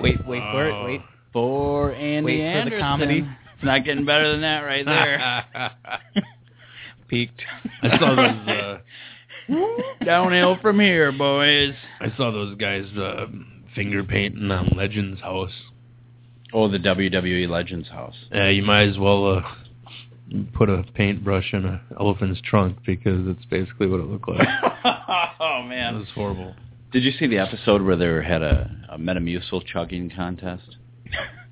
Speaker 6: wait, wait for it. Wait,
Speaker 5: For Andy
Speaker 6: Wait for the
Speaker 5: Anderson.
Speaker 6: comedy.
Speaker 5: It's not getting better than that right there.
Speaker 6: peaked.
Speaker 4: I saw those. Uh,
Speaker 5: Downhill from here, boys.
Speaker 4: I saw those guys uh, finger painting on Legends House.
Speaker 5: Oh, the WWE Legends house.
Speaker 4: Uh, you might as well uh, put a paintbrush in an elephant's trunk because it's basically what it looked like.
Speaker 5: oh
Speaker 4: That
Speaker 5: man.
Speaker 4: was horrible.
Speaker 5: Did you see the episode where they had a, a Metamucil chugging contest?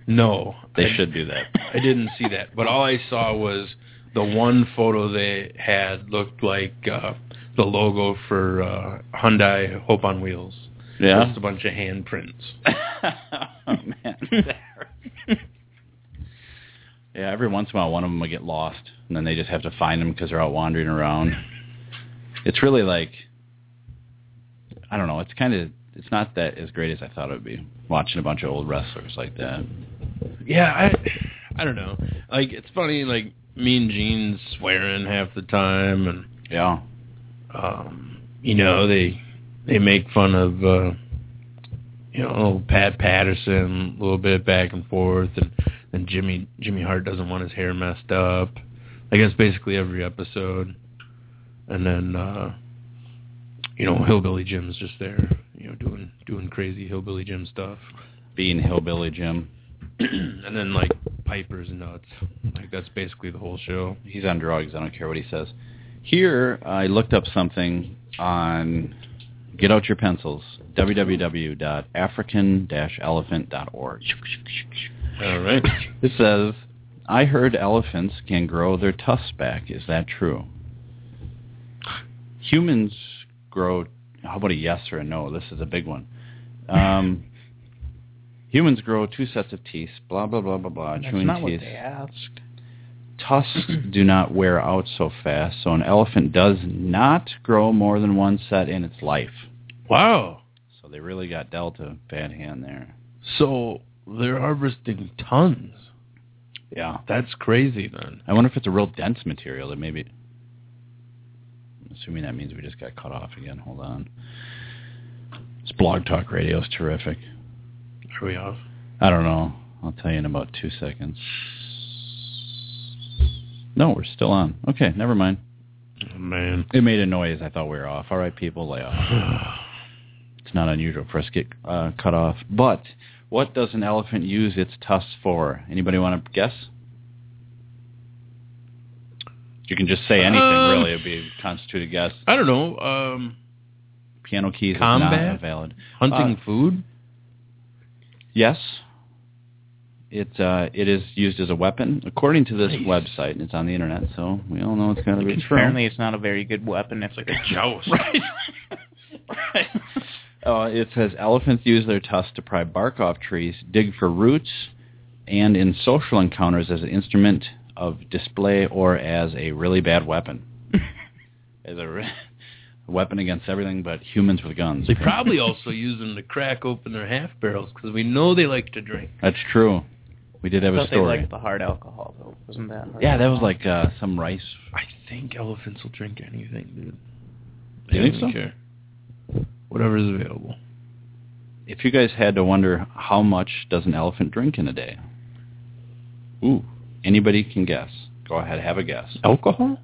Speaker 4: No,
Speaker 5: They
Speaker 4: I-
Speaker 5: should do that.
Speaker 4: I didn't see that, but all I saw was the one photo they had looked like uh, the logo for uh, Hyundai Hope on Wheels. Just a bunch of handprints.
Speaker 5: oh man. yeah. Every once in a while, one of them will get lost, and then they just have to find them because they're out wandering around. It's really like, I don't know. It's kind of. It's not that as great as I thought it would be. Watching a bunch of old wrestlers like that.
Speaker 4: Yeah, I, I don't know. Like it's funny, like Mean Gene's swearing half the time, and
Speaker 5: Yeah.
Speaker 4: um, you know they they make fun of uh, you know Pat Patterson a little bit back and forth, and then Jimmy Jimmy Hart doesn't want his hair messed up. I guess basically every episode, and then uh, you know Hillbilly Jim's just there, you know doing doing crazy Hillbilly Jim stuff,
Speaker 5: Being hillbilly Jim.
Speaker 4: and then like Piper's nuts. Like that's basically the whole show.
Speaker 5: He's on drugs. I don't care what he says. Here, I looked up something on get out your pencils. www.african-elephant.org.
Speaker 4: All right.
Speaker 5: It says, "I heard elephants can grow their tusks back. Is that true?" humans grow. How about a yes or a no? This is a big one. Um, humans grow two sets of teeth. Blah blah blah blah blah.
Speaker 6: That's
Speaker 5: chewing
Speaker 6: not what
Speaker 5: teeth.
Speaker 6: they asked.
Speaker 5: Tusks do not wear out so fast, so an elephant does not grow more than one set in its life.
Speaker 4: Wow.
Speaker 5: So they really got dealt a bad hand there.
Speaker 4: So they're harvesting tons.
Speaker 5: Yeah.
Speaker 4: That's crazy then.
Speaker 5: I wonder if it's a real dense material that maybe. I'm assuming that means we just got cut off again. Hold on. This blog talk radio is terrific.
Speaker 4: Are we off?
Speaker 5: I don't know. I'll tell you in about two seconds. No, we're still on. Okay, never mind.
Speaker 4: Oh, man.
Speaker 5: It made a noise. I thought we were off. All right, people, lay off. it's not unusual for us to get uh, cut off. But what does an elephant use its tusks for? Anybody want to guess? You can just say anything,
Speaker 4: Um,
Speaker 5: really. It would be constitute a guess.
Speaker 4: I don't know. Um,
Speaker 5: Piano keys is not
Speaker 4: combat?
Speaker 5: a valid.
Speaker 4: hunting food?
Speaker 5: Yes. It uh, it is used as a weapon, according to this website, and it's on the internet, so we all know it's got to be true.
Speaker 6: Apparently, it's not a very good weapon. It's like a
Speaker 4: Joust.
Speaker 6: right. right.
Speaker 5: Uh, it says elephants use their tusks to pry bark off trees, dig for roots, and in social encounters as an instrument of display or as a really bad weapon. as a, re- weapon against everything but humans with guns.
Speaker 4: They probably also use them to crack open their half barrels because we know they like to drink.
Speaker 5: That's true. We did have
Speaker 6: I
Speaker 5: a
Speaker 6: thought they
Speaker 5: story.
Speaker 6: liked the hard alcohol though. Wasn't that? Hard
Speaker 5: yeah, that was
Speaker 6: alcohol?
Speaker 5: like uh, some rice.
Speaker 4: I think elephants will drink anything, dude.
Speaker 5: You think
Speaker 4: don't
Speaker 5: so?
Speaker 4: care. Whatever is available.
Speaker 5: If you guys had to wonder how much does an elephant drink in a day? Ooh, anybody can guess. Go ahead, have a guess.
Speaker 4: Alcohol?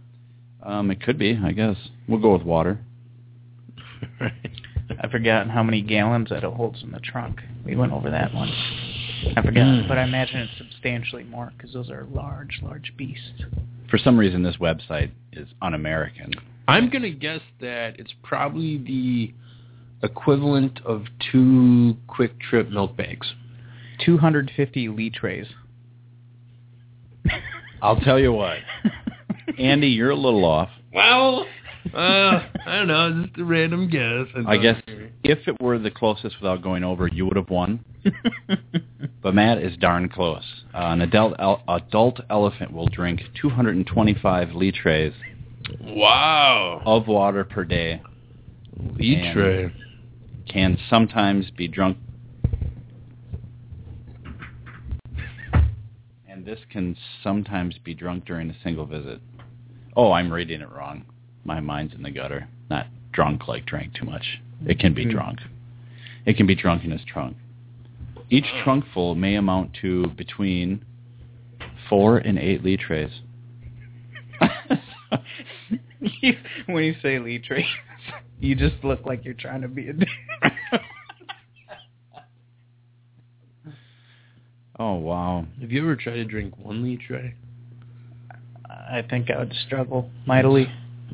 Speaker 5: Um, it could be, I guess. We'll go with water.
Speaker 6: I forgot how many gallons that it holds in the trunk. We went over that one. I forgot, but I imagine it's substantially more because those are large, large beasts.
Speaker 5: For some reason, this website is un-American.
Speaker 4: I'm gonna guess that it's probably the equivalent of two quick trip milk bags.
Speaker 6: 250 litres.
Speaker 5: I'll tell you what. Andy, you're a little off.
Speaker 4: Well, uh, I don't know, just a random guess.
Speaker 5: I guess if it were the closest without going over, you would have won. But Matt is darn close. Uh, an adult el- adult elephant will drink 225 litres
Speaker 4: Wow.
Speaker 5: of water per day. E
Speaker 4: Litre.
Speaker 5: Can sometimes be drunk. And this can sometimes be drunk during a single visit. Oh, I'm reading it wrong. My mind's in the gutter. Not drunk like drank too much. It can be drunk. It can be drunk in its trunk. Each trunkful may amount to between four and eight litres.
Speaker 6: You- when you say litres, you just look like you're trying to be a dick.
Speaker 5: oh wow!
Speaker 4: Have you ever tried to drink one E litre?
Speaker 6: I think I would struggle mightily.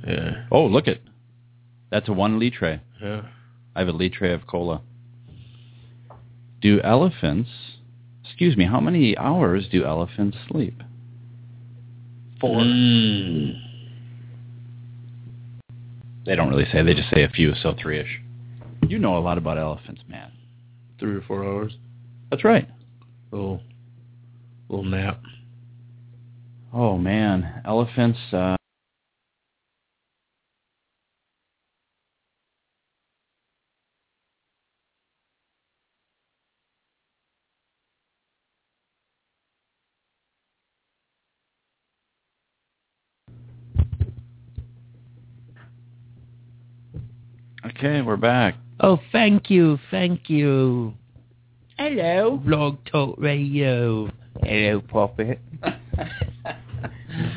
Speaker 4: Yeah.
Speaker 5: Oh look it. That's a one litre.
Speaker 4: Yeah.
Speaker 5: I have a litre of cola. Do elephants, excuse me, how many hours do elephants sleep?
Speaker 4: Four.
Speaker 5: They don't really say. They just say a few, so three-ish. You know a lot about elephants, man.
Speaker 4: Three or four hours.
Speaker 5: That's right.
Speaker 4: Little, little nap.
Speaker 5: Oh man, elephants. Uh, okay, we're back.
Speaker 7: Oh, thank you, thank you.
Speaker 6: Hello.
Speaker 7: Blog Talk Radio.
Speaker 6: Hello, puppet.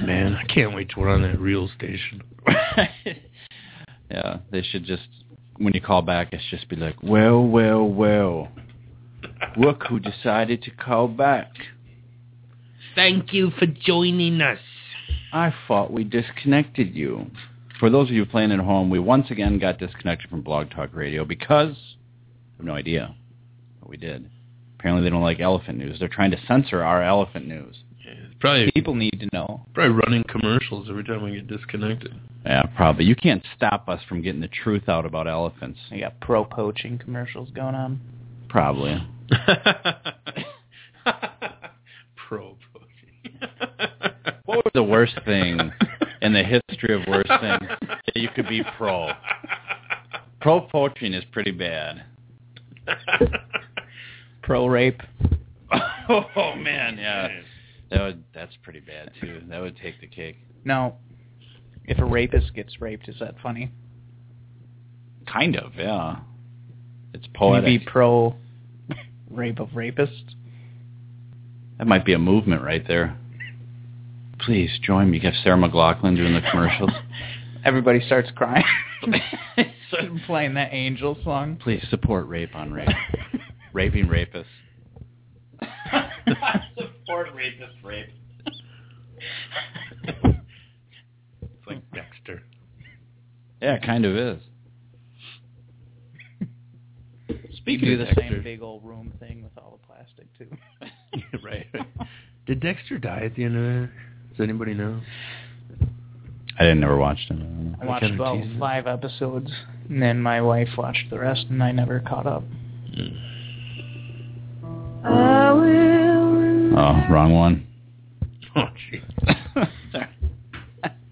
Speaker 4: Man, I can't wait till we're on that real station.
Speaker 5: yeah, they should just when you call back, it's just be like, well, well, well. Look who decided to call back.
Speaker 7: Thank you for joining us.
Speaker 5: I thought we disconnected you. For those of you playing at home, we once again got disconnected from Blog Talk Radio because I have no idea what we did. Apparently, they don't like elephant news. They're trying to censor our elephant news.
Speaker 4: Yeah, Probably
Speaker 6: People need to know.
Speaker 4: probably running commercials every time we get disconnected.
Speaker 5: Yeah, probably. You can't stop us from getting the truth out about elephants.
Speaker 6: They got pro poaching commercials going on.
Speaker 5: Probably.
Speaker 4: Pro poaching.
Speaker 5: What was the worst thing in the history of worst things that you could be pro? Pro poaching is pretty bad.
Speaker 6: Pro rape.
Speaker 5: Oh man, yeah, that would that's pretty bad too. That would take the cake.
Speaker 6: Now, if a rapist gets raped, is that funny?
Speaker 5: Kind of, yeah. It's
Speaker 6: Can you
Speaker 5: poetic.
Speaker 6: be pro rape of rapists?
Speaker 5: That might be a movement right there. Please join me. You have Sarah McLaughlin doing the commercials.
Speaker 6: Everybody starts crying. Started playing that angel song.
Speaker 5: Please support rape on rape. Raping rapists.
Speaker 6: Support rapist rape.
Speaker 4: It's like Dexter.
Speaker 5: Yeah, it kind of is.
Speaker 6: You
Speaker 4: Speaking
Speaker 6: do
Speaker 4: of
Speaker 6: the
Speaker 4: Dexter,
Speaker 6: same big old room thing with all the plastic too.
Speaker 4: right? Did Dexter die at the end of that? Does anybody know?
Speaker 5: I didn't never watched it. I don't know.
Speaker 6: I watched
Speaker 4: kinda
Speaker 6: about
Speaker 4: teased it.
Speaker 6: five episodes, and then my wife watched the rest, and I never caught up.
Speaker 4: Mm.
Speaker 5: Oh, wrong one.
Speaker 4: Oh, gee.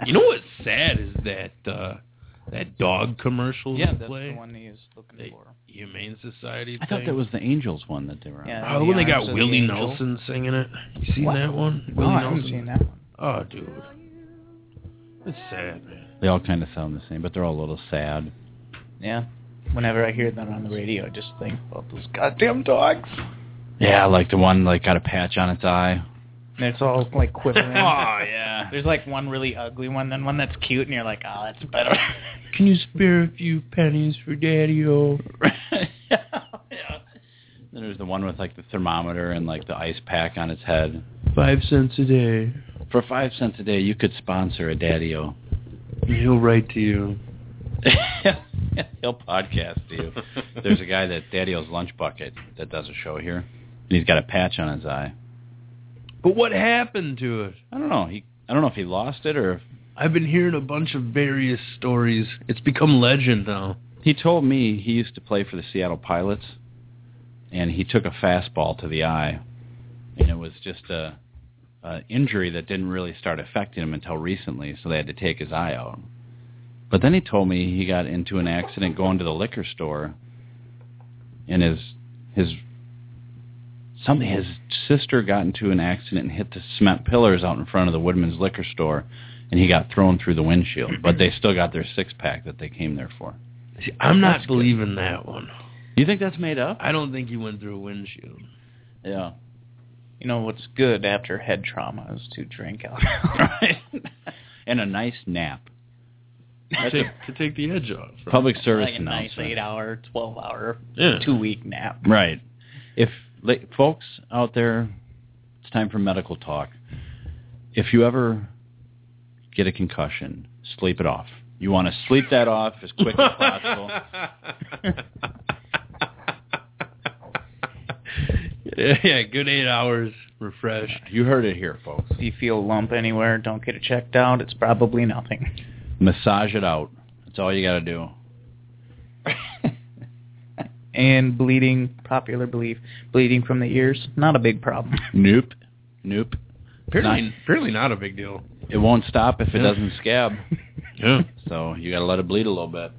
Speaker 4: you know what's sad is that uh, that dog commercial
Speaker 6: Yeah,
Speaker 4: they
Speaker 6: that's
Speaker 4: play,
Speaker 6: the one he was looking
Speaker 4: They-
Speaker 6: for.
Speaker 4: Humane Society.
Speaker 5: I thought
Speaker 4: thing.
Speaker 5: that was the Angels one that they were on.
Speaker 6: Yeah.
Speaker 4: Oh, when they
Speaker 6: The
Speaker 4: got
Speaker 6: Arms of
Speaker 4: Willie
Speaker 6: the Angel.
Speaker 4: Nelson singing it. You seen
Speaker 6: What?
Speaker 4: that one?
Speaker 6: Oh,
Speaker 4: Willie
Speaker 6: I haven't
Speaker 4: Nelson.
Speaker 6: seen that one.
Speaker 4: Oh, dude. It's sad, man.
Speaker 5: They all kind of sound the same, but they're all a little sad.
Speaker 6: Yeah. Whenever I hear that on the radio, I just think about those goddamn dogs.
Speaker 5: Yeah, like the one like got a patch on its eye.
Speaker 6: And it's all like quivering.
Speaker 5: yeah.
Speaker 6: There's like one really ugly one, then one that's cute, and you're like, oh, that's better.
Speaker 4: Can you spare a few pennies for Daddy-O?
Speaker 5: yeah. Then there's the one with like the thermometer and like the ice pack on its head.
Speaker 4: Five cents a day.
Speaker 5: For five cents a day, you could sponsor a daddy-o.
Speaker 4: And He'll write to you.
Speaker 5: He'll podcast to you. There's a guy that daddy-o's lunch bucket that does a show here, and he's got a patch on his eye.
Speaker 4: But what happened to it?
Speaker 5: I don't know. He I don't know if he lost it or if
Speaker 4: I've been hearing a bunch of various stories. It's become legend now.
Speaker 5: He told me he used to play for the Seattle Pilots, and he took a fastball to the eye, and it was just a, a injury that didn't really start affecting him until recently, so they had to take his eye out. But then he told me he got into an accident going to the liquor store, and his his something his sister got into an accident and hit the cement pillars out in front of the Woodman's liquor store, and he got thrown through the windshield. But they still got their six pack that they came there for.
Speaker 4: See, I'm not believing that one.
Speaker 5: You think that's made up?
Speaker 4: I don't think he went through a windshield.
Speaker 5: Yeah.
Speaker 6: you know what's good after head trauma is to drink alcohol.
Speaker 5: Right. and a nice nap.
Speaker 4: To take, to take the edge off. right?
Speaker 5: Public service
Speaker 6: like a nice
Speaker 5: announcement.
Speaker 6: eight-hour, twelve-hour,
Speaker 4: Yeah.
Speaker 6: two-week nap.
Speaker 5: Right. If la- folks out there, it's time for medical talk. If you ever get a concussion, sleep it off. You want to sleep that off as quick as possible.
Speaker 4: yeah, yeah, good eight hours, refreshed.
Speaker 5: You heard it here, folks.
Speaker 6: If you feel a lump anywhere, don't get it checked out. It's probably nothing.
Speaker 5: Massage it out. That's all you got to do.
Speaker 6: and bleeding, popular belief, bleeding from the ears, not a big problem.
Speaker 5: Nope. Nope.
Speaker 4: Apparently,
Speaker 5: Not-
Speaker 4: apparently not a big deal.
Speaker 5: It won't stop if it
Speaker 4: Yeah.
Speaker 5: doesn't scab.
Speaker 4: Yeah.
Speaker 5: So you got to let it bleed a little bit.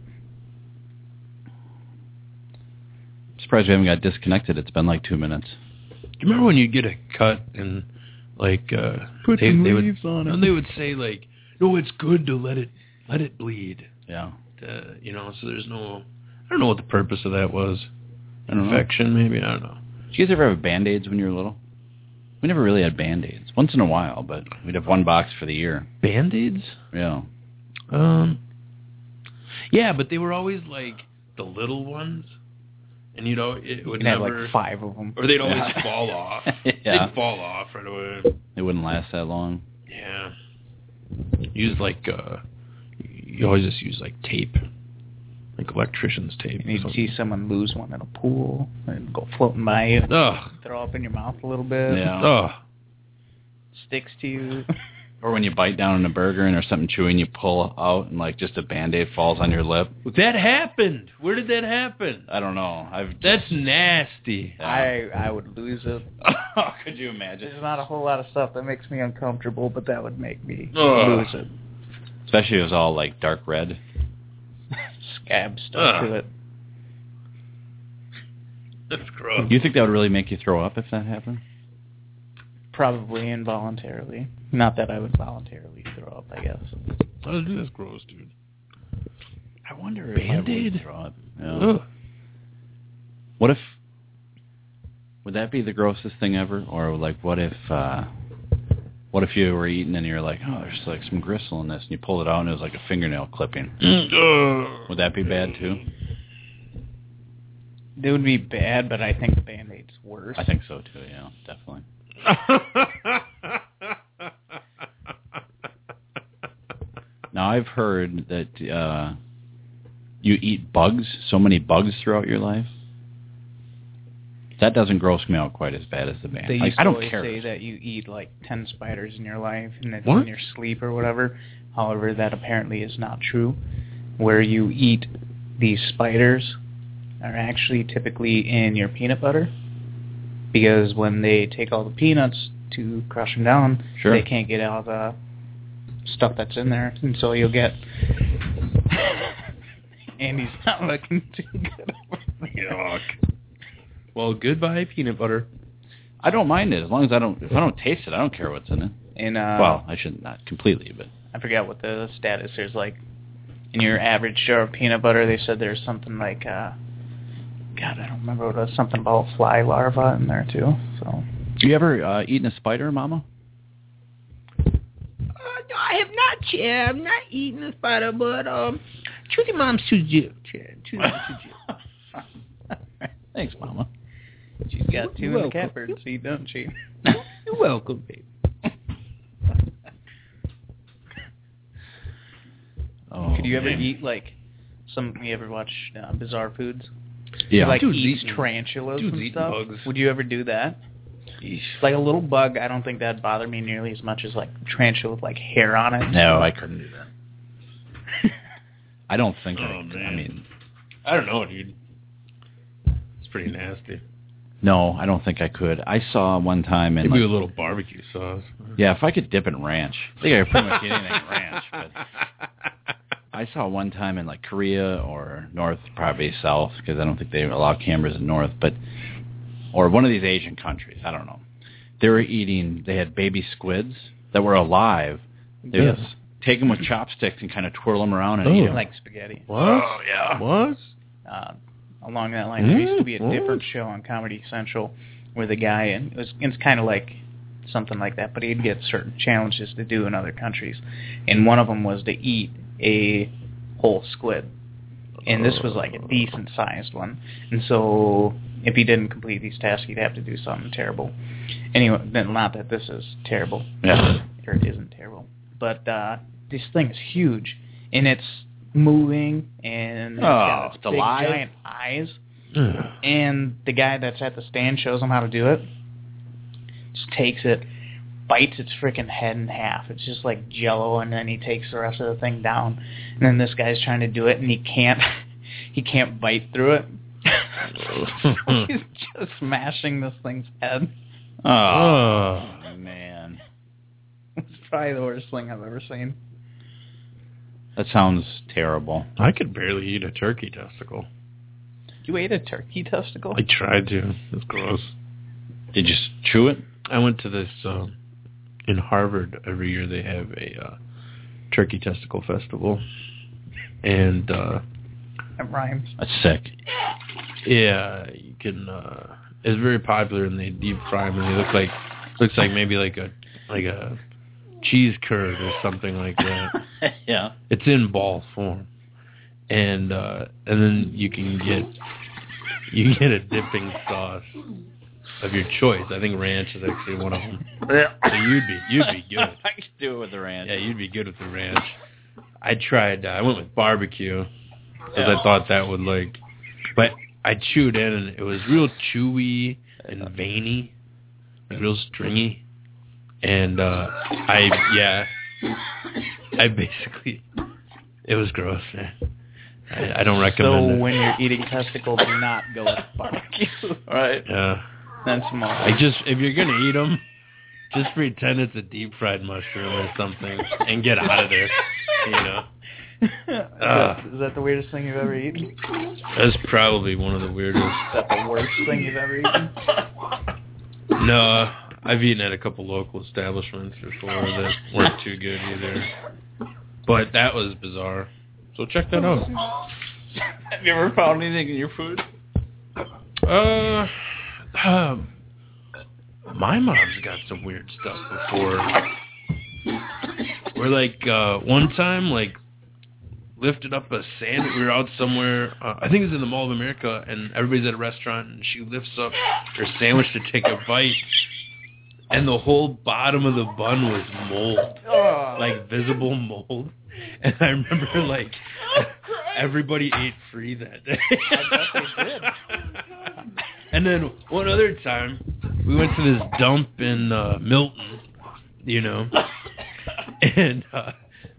Speaker 5: Surprised we haven't got disconnected. It's been like two minutes.
Speaker 4: Do you remember when you'd get a cut and like uh
Speaker 7: Put
Speaker 4: they,
Speaker 7: the
Speaker 4: they would
Speaker 7: leaves on it.
Speaker 4: and they would say like, no, it's good to let it let it bleed.
Speaker 5: Yeah.
Speaker 4: Uh, you know, so there's no. I don't know what the purpose of that was.
Speaker 5: I don't know.
Speaker 4: Infection, maybe. I don't know.
Speaker 5: Did you guys ever have band aids when you were little? We never really had band aids. Once in a while, but we'd have one box for the year.
Speaker 4: Band aids.
Speaker 5: Yeah.
Speaker 4: Um. Yeah, but they were always like the little ones, and you know it
Speaker 6: You
Speaker 4: would
Speaker 6: can have
Speaker 4: never,
Speaker 6: like five of them.
Speaker 4: or they'd always
Speaker 5: Yeah.
Speaker 4: fall off.
Speaker 5: Yeah.
Speaker 4: They'd fall off right away.
Speaker 5: They wouldn't last that long.
Speaker 4: Yeah. Use like uh, you always just use like tape, like electrician's tape.
Speaker 6: And
Speaker 4: or
Speaker 6: you'd
Speaker 4: something.
Speaker 6: see someone lose one in a pool and go floating by you,
Speaker 4: Ugh.
Speaker 6: throw up in your mouth a little bit.
Speaker 5: Yeah.
Speaker 4: Ugh.
Speaker 6: sticks to you.
Speaker 5: Or when you bite down on a burger and there's something chewy and you pull out and like just a band aid falls on your lip.
Speaker 4: That happened. Where did that happen?
Speaker 5: I don't know. I've
Speaker 4: That's nasty.
Speaker 6: I I would lose it.
Speaker 5: Oh, could you imagine?
Speaker 6: There's not a whole lot of stuff that makes me uncomfortable, but that would make me
Speaker 4: Ugh.
Speaker 6: lose it.
Speaker 5: Especially if it was all like dark red.
Speaker 6: Scab stuff
Speaker 4: Ugh.
Speaker 6: to it.
Speaker 4: That's gross.
Speaker 5: Do you think that would really make you throw up if that happened?
Speaker 6: Probably involuntarily. Not that I would voluntarily throw up, I guess.
Speaker 4: Oh, dude, that's gross, dude.
Speaker 5: I wonder
Speaker 4: if I would Band-Aid?
Speaker 5: throw up. Yeah.
Speaker 4: Ugh.
Speaker 5: What if? Would that be the grossest thing ever? Or like, what if? uh What if you were eating and you're like, oh, there's like some gristle in this, and you pulled it out and it was like a fingernail clipping?
Speaker 4: Mm.
Speaker 5: Would that be bad too?
Speaker 6: Mm. It would be bad, but I think the band-aid's worse.
Speaker 5: I think so too. Yeah, definitely. Now I've heard that uh you eat bugs, so many bugs throughout your life. That doesn't gross me out quite as bad as the band.
Speaker 6: They
Speaker 5: Like,
Speaker 6: used to
Speaker 5: I don't
Speaker 6: always
Speaker 5: care.
Speaker 6: say that you eat like ten spiders in your life, and it's
Speaker 4: What?
Speaker 6: in your sleep or whatever. However, that apparently is not true. Where you eat these spiders are actually typically in your peanut butter, because when they take all the peanuts to crush them down,
Speaker 5: Sure.
Speaker 6: they can't get out the stuff that's in there, and so you'll get. Andy's not looking too good. Over there.
Speaker 4: well, goodbye, peanut butter.
Speaker 5: I don't mind it as long as I don't. If I don't taste it, I don't care what's in it.
Speaker 6: And uh,
Speaker 5: well, I shouldn't not completely, but
Speaker 6: I forgot what the status is like. In your average jar of peanut butter, they said there's something like, uh, God, I don't remember what it was, something about fly larva in there too. So
Speaker 5: you ever uh, eaten a spider, Mama?
Speaker 7: Uh, no, I have not, Chad. I'm not eating the spider, but um, Tuesday mom's too jill, Chad. Tuesday mom's too jill.
Speaker 5: Thanks, Mama.
Speaker 6: she's got two in the
Speaker 7: Welcome.
Speaker 6: cupboard, see, don't she?
Speaker 7: You're welcome, baby.
Speaker 5: Oh,
Speaker 6: Could you ever
Speaker 5: man.
Speaker 6: eat like some? You ever watch uh, Bizarre Foods?
Speaker 5: Yeah,
Speaker 6: like
Speaker 4: Dude's
Speaker 6: eats
Speaker 4: eating-
Speaker 6: tarantulas
Speaker 4: dude's
Speaker 6: and
Speaker 4: eating
Speaker 6: stuff.
Speaker 4: bugs.
Speaker 6: Would you ever do that? Like a little bug, I don't think that'd bother me nearly as much as like tarantula with like hair on it.
Speaker 5: no, I couldn't do that. I don't think. I,
Speaker 4: Oh,
Speaker 5: could. I
Speaker 4: man.
Speaker 5: mean,
Speaker 4: I don't know, dude. It's pretty nasty.
Speaker 5: no, I don't think I could. I saw one time in
Speaker 4: Maybe
Speaker 5: like,
Speaker 4: a little barbecue sauce.
Speaker 5: Yeah, if I could dip in ranch, I think I could pretty much get anything in ranch. But I saw one time in like Korea or North, probably South, because I don't think they allow cameras in North, but or one of these Asian countries, I don't know. They were eating. They had baby squids that were alive. They would
Speaker 4: Yes.
Speaker 5: take them with chopsticks and kind of twirl them around and
Speaker 4: Oh.
Speaker 5: eat 'em.
Speaker 6: Like spaghetti.
Speaker 4: What?
Speaker 5: Oh, yeah.
Speaker 4: What?
Speaker 6: uh, along that line. There used to be a
Speaker 4: Mm, mm.
Speaker 6: different show on Comedy Central where the guy and it was it's kind of like something like that, but he'd get certain challenges to do in other countries, and one of them was to eat a whole squid, and this was like a decent sized one, and so if he didn't complete these tasks, he'd have to do something terrible. Anyway, then not that this is terrible,
Speaker 5: Yeah.
Speaker 6: or it isn't terrible, but uh, this thing is huge, and it's moving and it's
Speaker 5: Oh,
Speaker 6: got its
Speaker 5: it's
Speaker 6: big
Speaker 5: alive?
Speaker 6: giant eyes. And the guy that's at the stand shows him how to do it. Just takes it, bites its freaking head in half. It's just like jello, and then he takes the rest of the thing down. And then this guy's trying to do it, and he can't. He can't bite through it. So He's just smashing this thing's head.
Speaker 5: Oh,
Speaker 4: Oh.
Speaker 5: man,
Speaker 6: It's probably the worst thing I've ever seen.
Speaker 5: that sounds terrible.
Speaker 4: I could barely eat a turkey testicle.
Speaker 6: You ate a turkey testicle?
Speaker 4: I tried to. It's gross.
Speaker 5: Did you s- chew it?
Speaker 4: I went to this um, in Harvard every year. They have a uh, turkey testicle festival, and uh,
Speaker 6: That rhymes.
Speaker 5: That's sick.
Speaker 4: yeah, you can. Uh, it's very popular, and they deep fry them, and they look like looks like maybe like a like a cheese curd or something like that.
Speaker 5: yeah.
Speaker 4: it's in ball form, and uh, and then you can get you get a dipping sauce of your choice. I think ranch is actually one of them. So you'd be you'd be good.
Speaker 5: I could do it with the ranch.
Speaker 4: Yeah, you'd be good with the ranch. I tried. Uh, I went with barbecue because I thought that would like, but I chewed in and it was real chewy and veiny, real stringy. and uh, I yeah, I basically it was gross. Man. I, I don't recommend
Speaker 6: so
Speaker 4: it.
Speaker 6: when you're eating testicle, do not go with barbecue.
Speaker 5: Right.
Speaker 4: Yeah.
Speaker 6: That's small.
Speaker 4: I just if you're gonna eat them, just pretend it's a deep fried mushroom or something, and get out of there. You know,
Speaker 6: is,
Speaker 4: Ah.
Speaker 6: that, is that the weirdest thing you've ever eaten?
Speaker 4: that's probably one of the weirdest.
Speaker 6: Is that the worst thing you've ever eaten?
Speaker 4: No, I've eaten at a couple local establishments before that weren't too good either. But that was bizarre. So check that out.
Speaker 5: Have you ever found anything in your food?
Speaker 4: Uh, um, my mom's got some weird stuff before. We're like uh, one time, like lifted up a sandwich. We were out somewhere. Uh, I think it was in the Mall of America, and everybody's at a restaurant, and she lifts up her sandwich to take a bite, and the whole bottom of the bun was mold,
Speaker 6: Oh.
Speaker 4: like visible mold. And I remember like everybody ate free that day.
Speaker 6: bet
Speaker 4: and then one other time, we went to this dump in uh, Milton, you know, and uh,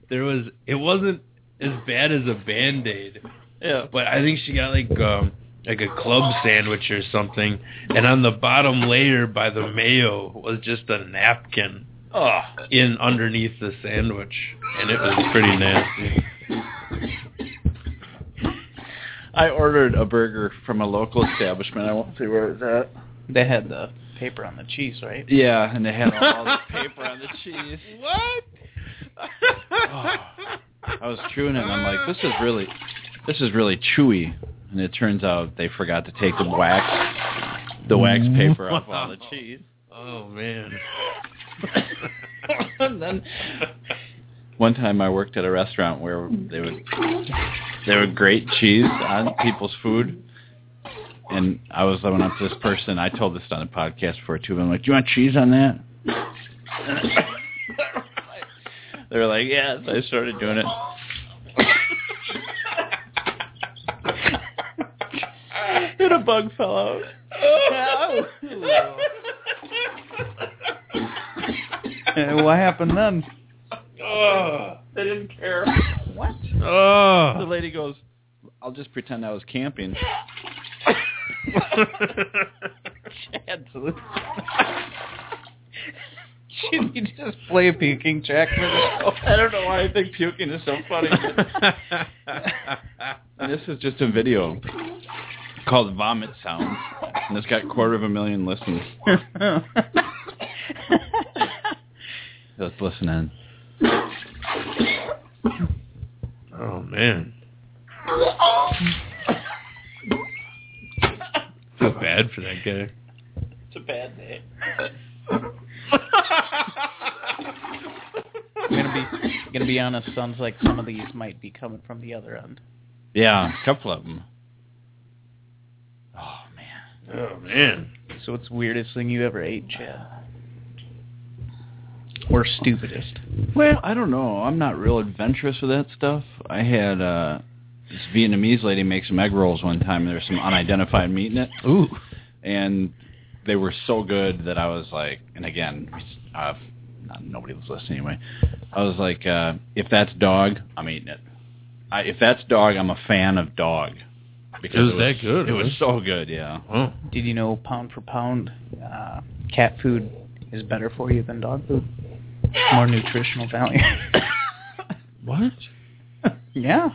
Speaker 4: there was it wasn't as bad as a band aid,
Speaker 5: Yeah.
Speaker 4: but I think she got like um, like a club sandwich or something, and on the bottom layer by the mayo was just a napkin
Speaker 5: Oh.
Speaker 4: in underneath the sandwich, and it was pretty nasty.
Speaker 5: I ordered a burger from a local establishment. I won't say where it was at.
Speaker 6: They had the paper on the cheese, right?
Speaker 5: Yeah, and they had all the paper on the cheese. Oh,
Speaker 7: What?
Speaker 5: I was chewing it, and I'm like, this is really, this is really chewy. And it turns out they forgot to take the wax, the wax paper off all the cheese.
Speaker 4: Oh man.
Speaker 5: and then one time I worked at a restaurant where they would they would grate cheese on people's food. And I was going up to this person. I told this on the podcast before too. I'm like, "Do you want cheese on that?" they were like, "Yeah." So I started doing it. and a bug fell out.
Speaker 6: And what happened then?
Speaker 5: They didn't care.
Speaker 6: What?
Speaker 5: The
Speaker 4: Oh.
Speaker 5: lady goes, "I'll just pretend I was camping."
Speaker 6: Chad Should we just play puking Jack for the show?
Speaker 5: I don't know why I think puking is so funny. and this is just a video called Vomit Sounds, and it's got quarter of a million listens. Let's listen in.
Speaker 4: oh man. Feel bad for that guy.
Speaker 6: it's a bad day. I'm gonna be gonna be honest. Sounds like some of these might be coming from the other end.
Speaker 5: Yeah, a couple of them. Oh man,
Speaker 4: Oh man.
Speaker 6: So what's the weirdest thing you ever ate, Chad? Or stupidest?
Speaker 5: Well, I don't know. I'm not real adventurous with that stuff. I had uh this Vietnamese lady make some egg rolls one time, and there was some unidentified meat in it.
Speaker 4: Ooh.
Speaker 5: and they were so good that I was like, and again, uh, not, nobody was listening anyway. I was like, uh, if that's dog, I'm eating it. I, if that's dog, I'm a fan of dog. Because
Speaker 4: It was that good,
Speaker 5: It was
Speaker 4: huh?
Speaker 5: so good, yeah.
Speaker 4: Oh.
Speaker 6: Did you know pound for pound, uh, cat food is better for you than dog food? More nutritional value.
Speaker 4: What?
Speaker 6: yeah,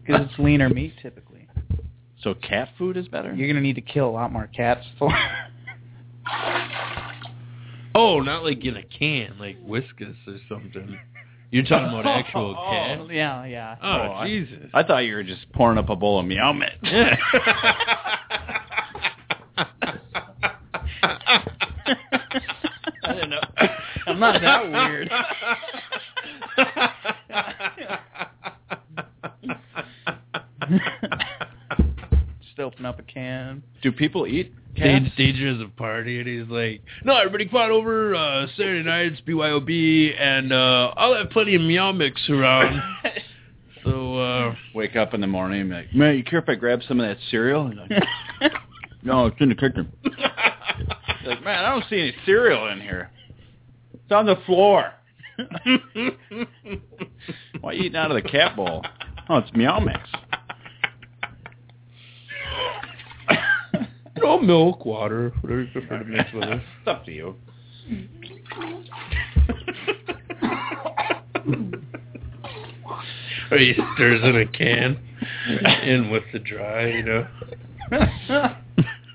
Speaker 6: because it's leaner meat typically.
Speaker 5: So cat food is better.
Speaker 6: You're gonna need to kill a lot more cats for.
Speaker 4: Oh, not like in a can, like whiskas or something. You're talking about actual cat.
Speaker 6: Oh, yeah, yeah.
Speaker 4: Oh,
Speaker 5: Oh, I-
Speaker 4: Jesus.
Speaker 5: I thought you were just pouring up a bowl of meow mix.
Speaker 4: Yeah.
Speaker 5: I didn't know.
Speaker 6: I'm not that weird. Just open up a can.
Speaker 5: Do people eat cats?
Speaker 4: Dad Deidre a party, and he's like, "No, everybody, come on over uh, Saturday night. It's BYOB, and uh, I'll have plenty of meow mix around." so, uh,
Speaker 5: Wake up in the morning and be like, man, you care if I grab some of that cereal? And like, no, it's in the kitchen. Like, man, I don't see any cereal in here.
Speaker 6: It's on the floor.
Speaker 5: Why are you eating out of the cat bowl? Oh, it's Meow Mix.
Speaker 4: No milk, water, whatever you prefer to mix with it.
Speaker 5: It's up to you.
Speaker 4: Or you stirs in a can in with the dry, you know.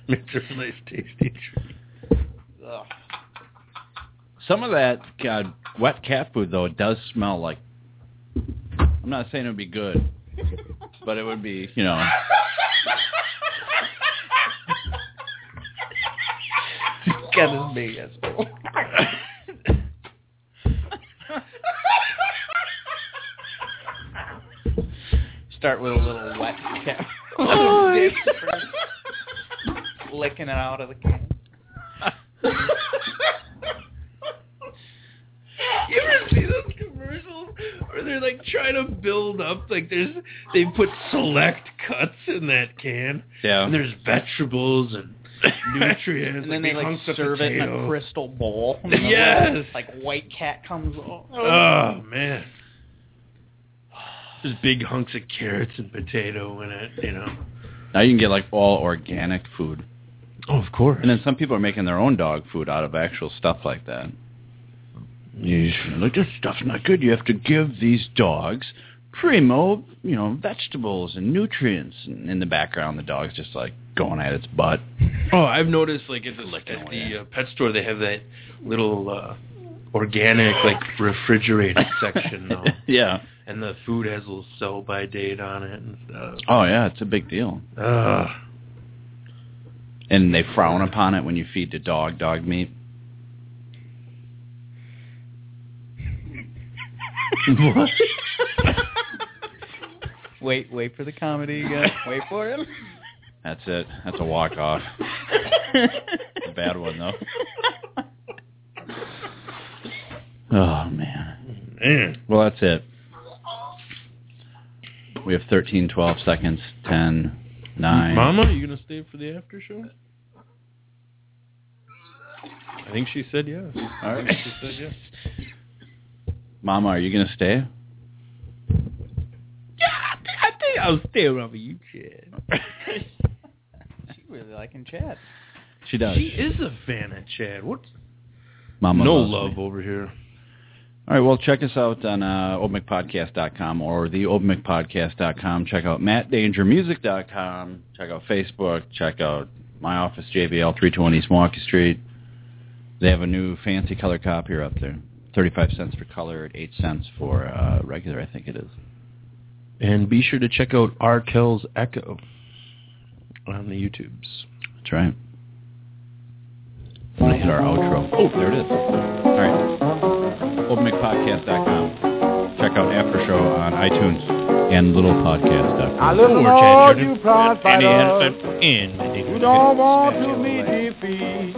Speaker 4: Makes a nice tasty treat.
Speaker 5: Some of that God, wet cat food though it does smell like. I'm not saying it would be good, but it would be you know.
Speaker 6: Got his big asshole. Start with a little wet cat.
Speaker 2: Oh,
Speaker 6: dip first. Licking it out of the can.
Speaker 4: You ever see those commercials where they're like trying to build up? Like there's they put select cuts in that can. And
Speaker 5: Yeah.
Speaker 4: there's vegetables and nutrients.
Speaker 6: And then they like
Speaker 4: hunks of
Speaker 6: serve it in a
Speaker 4: potato.
Speaker 6: crystal bowl.
Speaker 4: Yes.
Speaker 6: Like white cat comes off.
Speaker 4: Oh man. There's big hunks of carrots and potato in it, you know.
Speaker 5: Now you can get like all organic food,
Speaker 4: Oh, of course.
Speaker 5: and then some people are making their own dog food out of actual stuff like that. You like this stuff's not good. You have to give these dogs primo, you know, vegetables and nutrients. And in the background, the dog's just like going at its butt.
Speaker 4: Oh, I've noticed like at the at
Speaker 5: away.
Speaker 4: the uh, pet store they have that little uh, organic like refrigerated section though,
Speaker 5: yeah.
Speaker 4: and the food has a little sell by date on it and stuff.
Speaker 5: Oh yeah, it's a big deal.
Speaker 4: Uh,
Speaker 5: And they frown upon it when you feed the dog dog meat. what?
Speaker 6: Wait, wait for the comedy again. Wait for it.
Speaker 5: That's it. That's a walk off. a bad one though. Oh man.
Speaker 4: man.
Speaker 5: Well, that's it. We have 13, 12 seconds, 10, 9.
Speaker 4: Mama, you gonna stay for the after show? I think she said yes.
Speaker 5: All
Speaker 4: I
Speaker 5: right.
Speaker 4: think she said yes.
Speaker 5: Mama, are you going to stay?
Speaker 7: Yeah, I, thi- I think I'll stay around for you, Chad.
Speaker 6: She really liking Chad.
Speaker 5: She does.
Speaker 4: She is a fan of Chad. What?
Speaker 5: Mama
Speaker 4: no
Speaker 5: loves
Speaker 4: love
Speaker 5: me.
Speaker 4: over here.
Speaker 5: All right, well, check us out on uh, openmicpodcast.com or the openmicpodcast.com. Check out mattdangermusic.com. Check out Facebook. Check out my office, JVL, 320 East Milwaukee Street. They have a new fancy color copier up there. 35 cents for color, 8 cents for uh, regular, I think it is.
Speaker 4: And be sure to check out Arkell's Echo on the YouTubes.
Speaker 5: That's right. I'm going to hit our outro. Oh, there it is. All right. openmicpodcast.com. Check out After Show on iTunes and littlepodcast.com.
Speaker 8: I little Lord, you proud fighter,
Speaker 4: in.
Speaker 8: you don't want to meet defeat.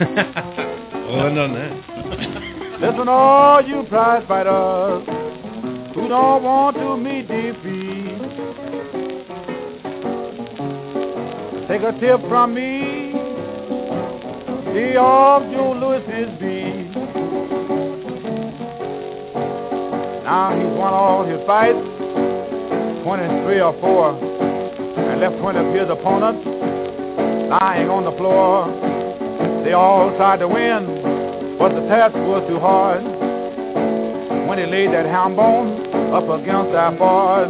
Speaker 4: well, I've done that.
Speaker 8: Listen, all you prize fighters who don't want to meet defeat. Take a tip from me, see off Joe Lewis's beat. Now he's won all his fights, 23 or 4, and left 20 of his opponents lying on the floor. They all tried to win. But the task was too hard. When he laid that hound bone up against our board.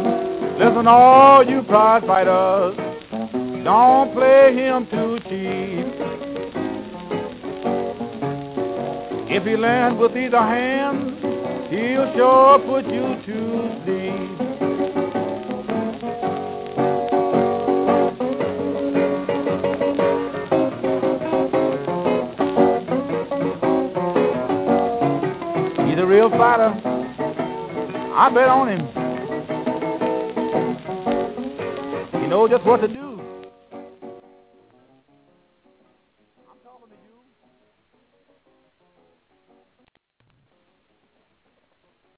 Speaker 8: Listen, all you prize fighters, don't play him too cheap. If he lands with either hand, he'll sure put you to sleep. He's a real fighter. I bet on him. He knows just what to do. I'm talking to you.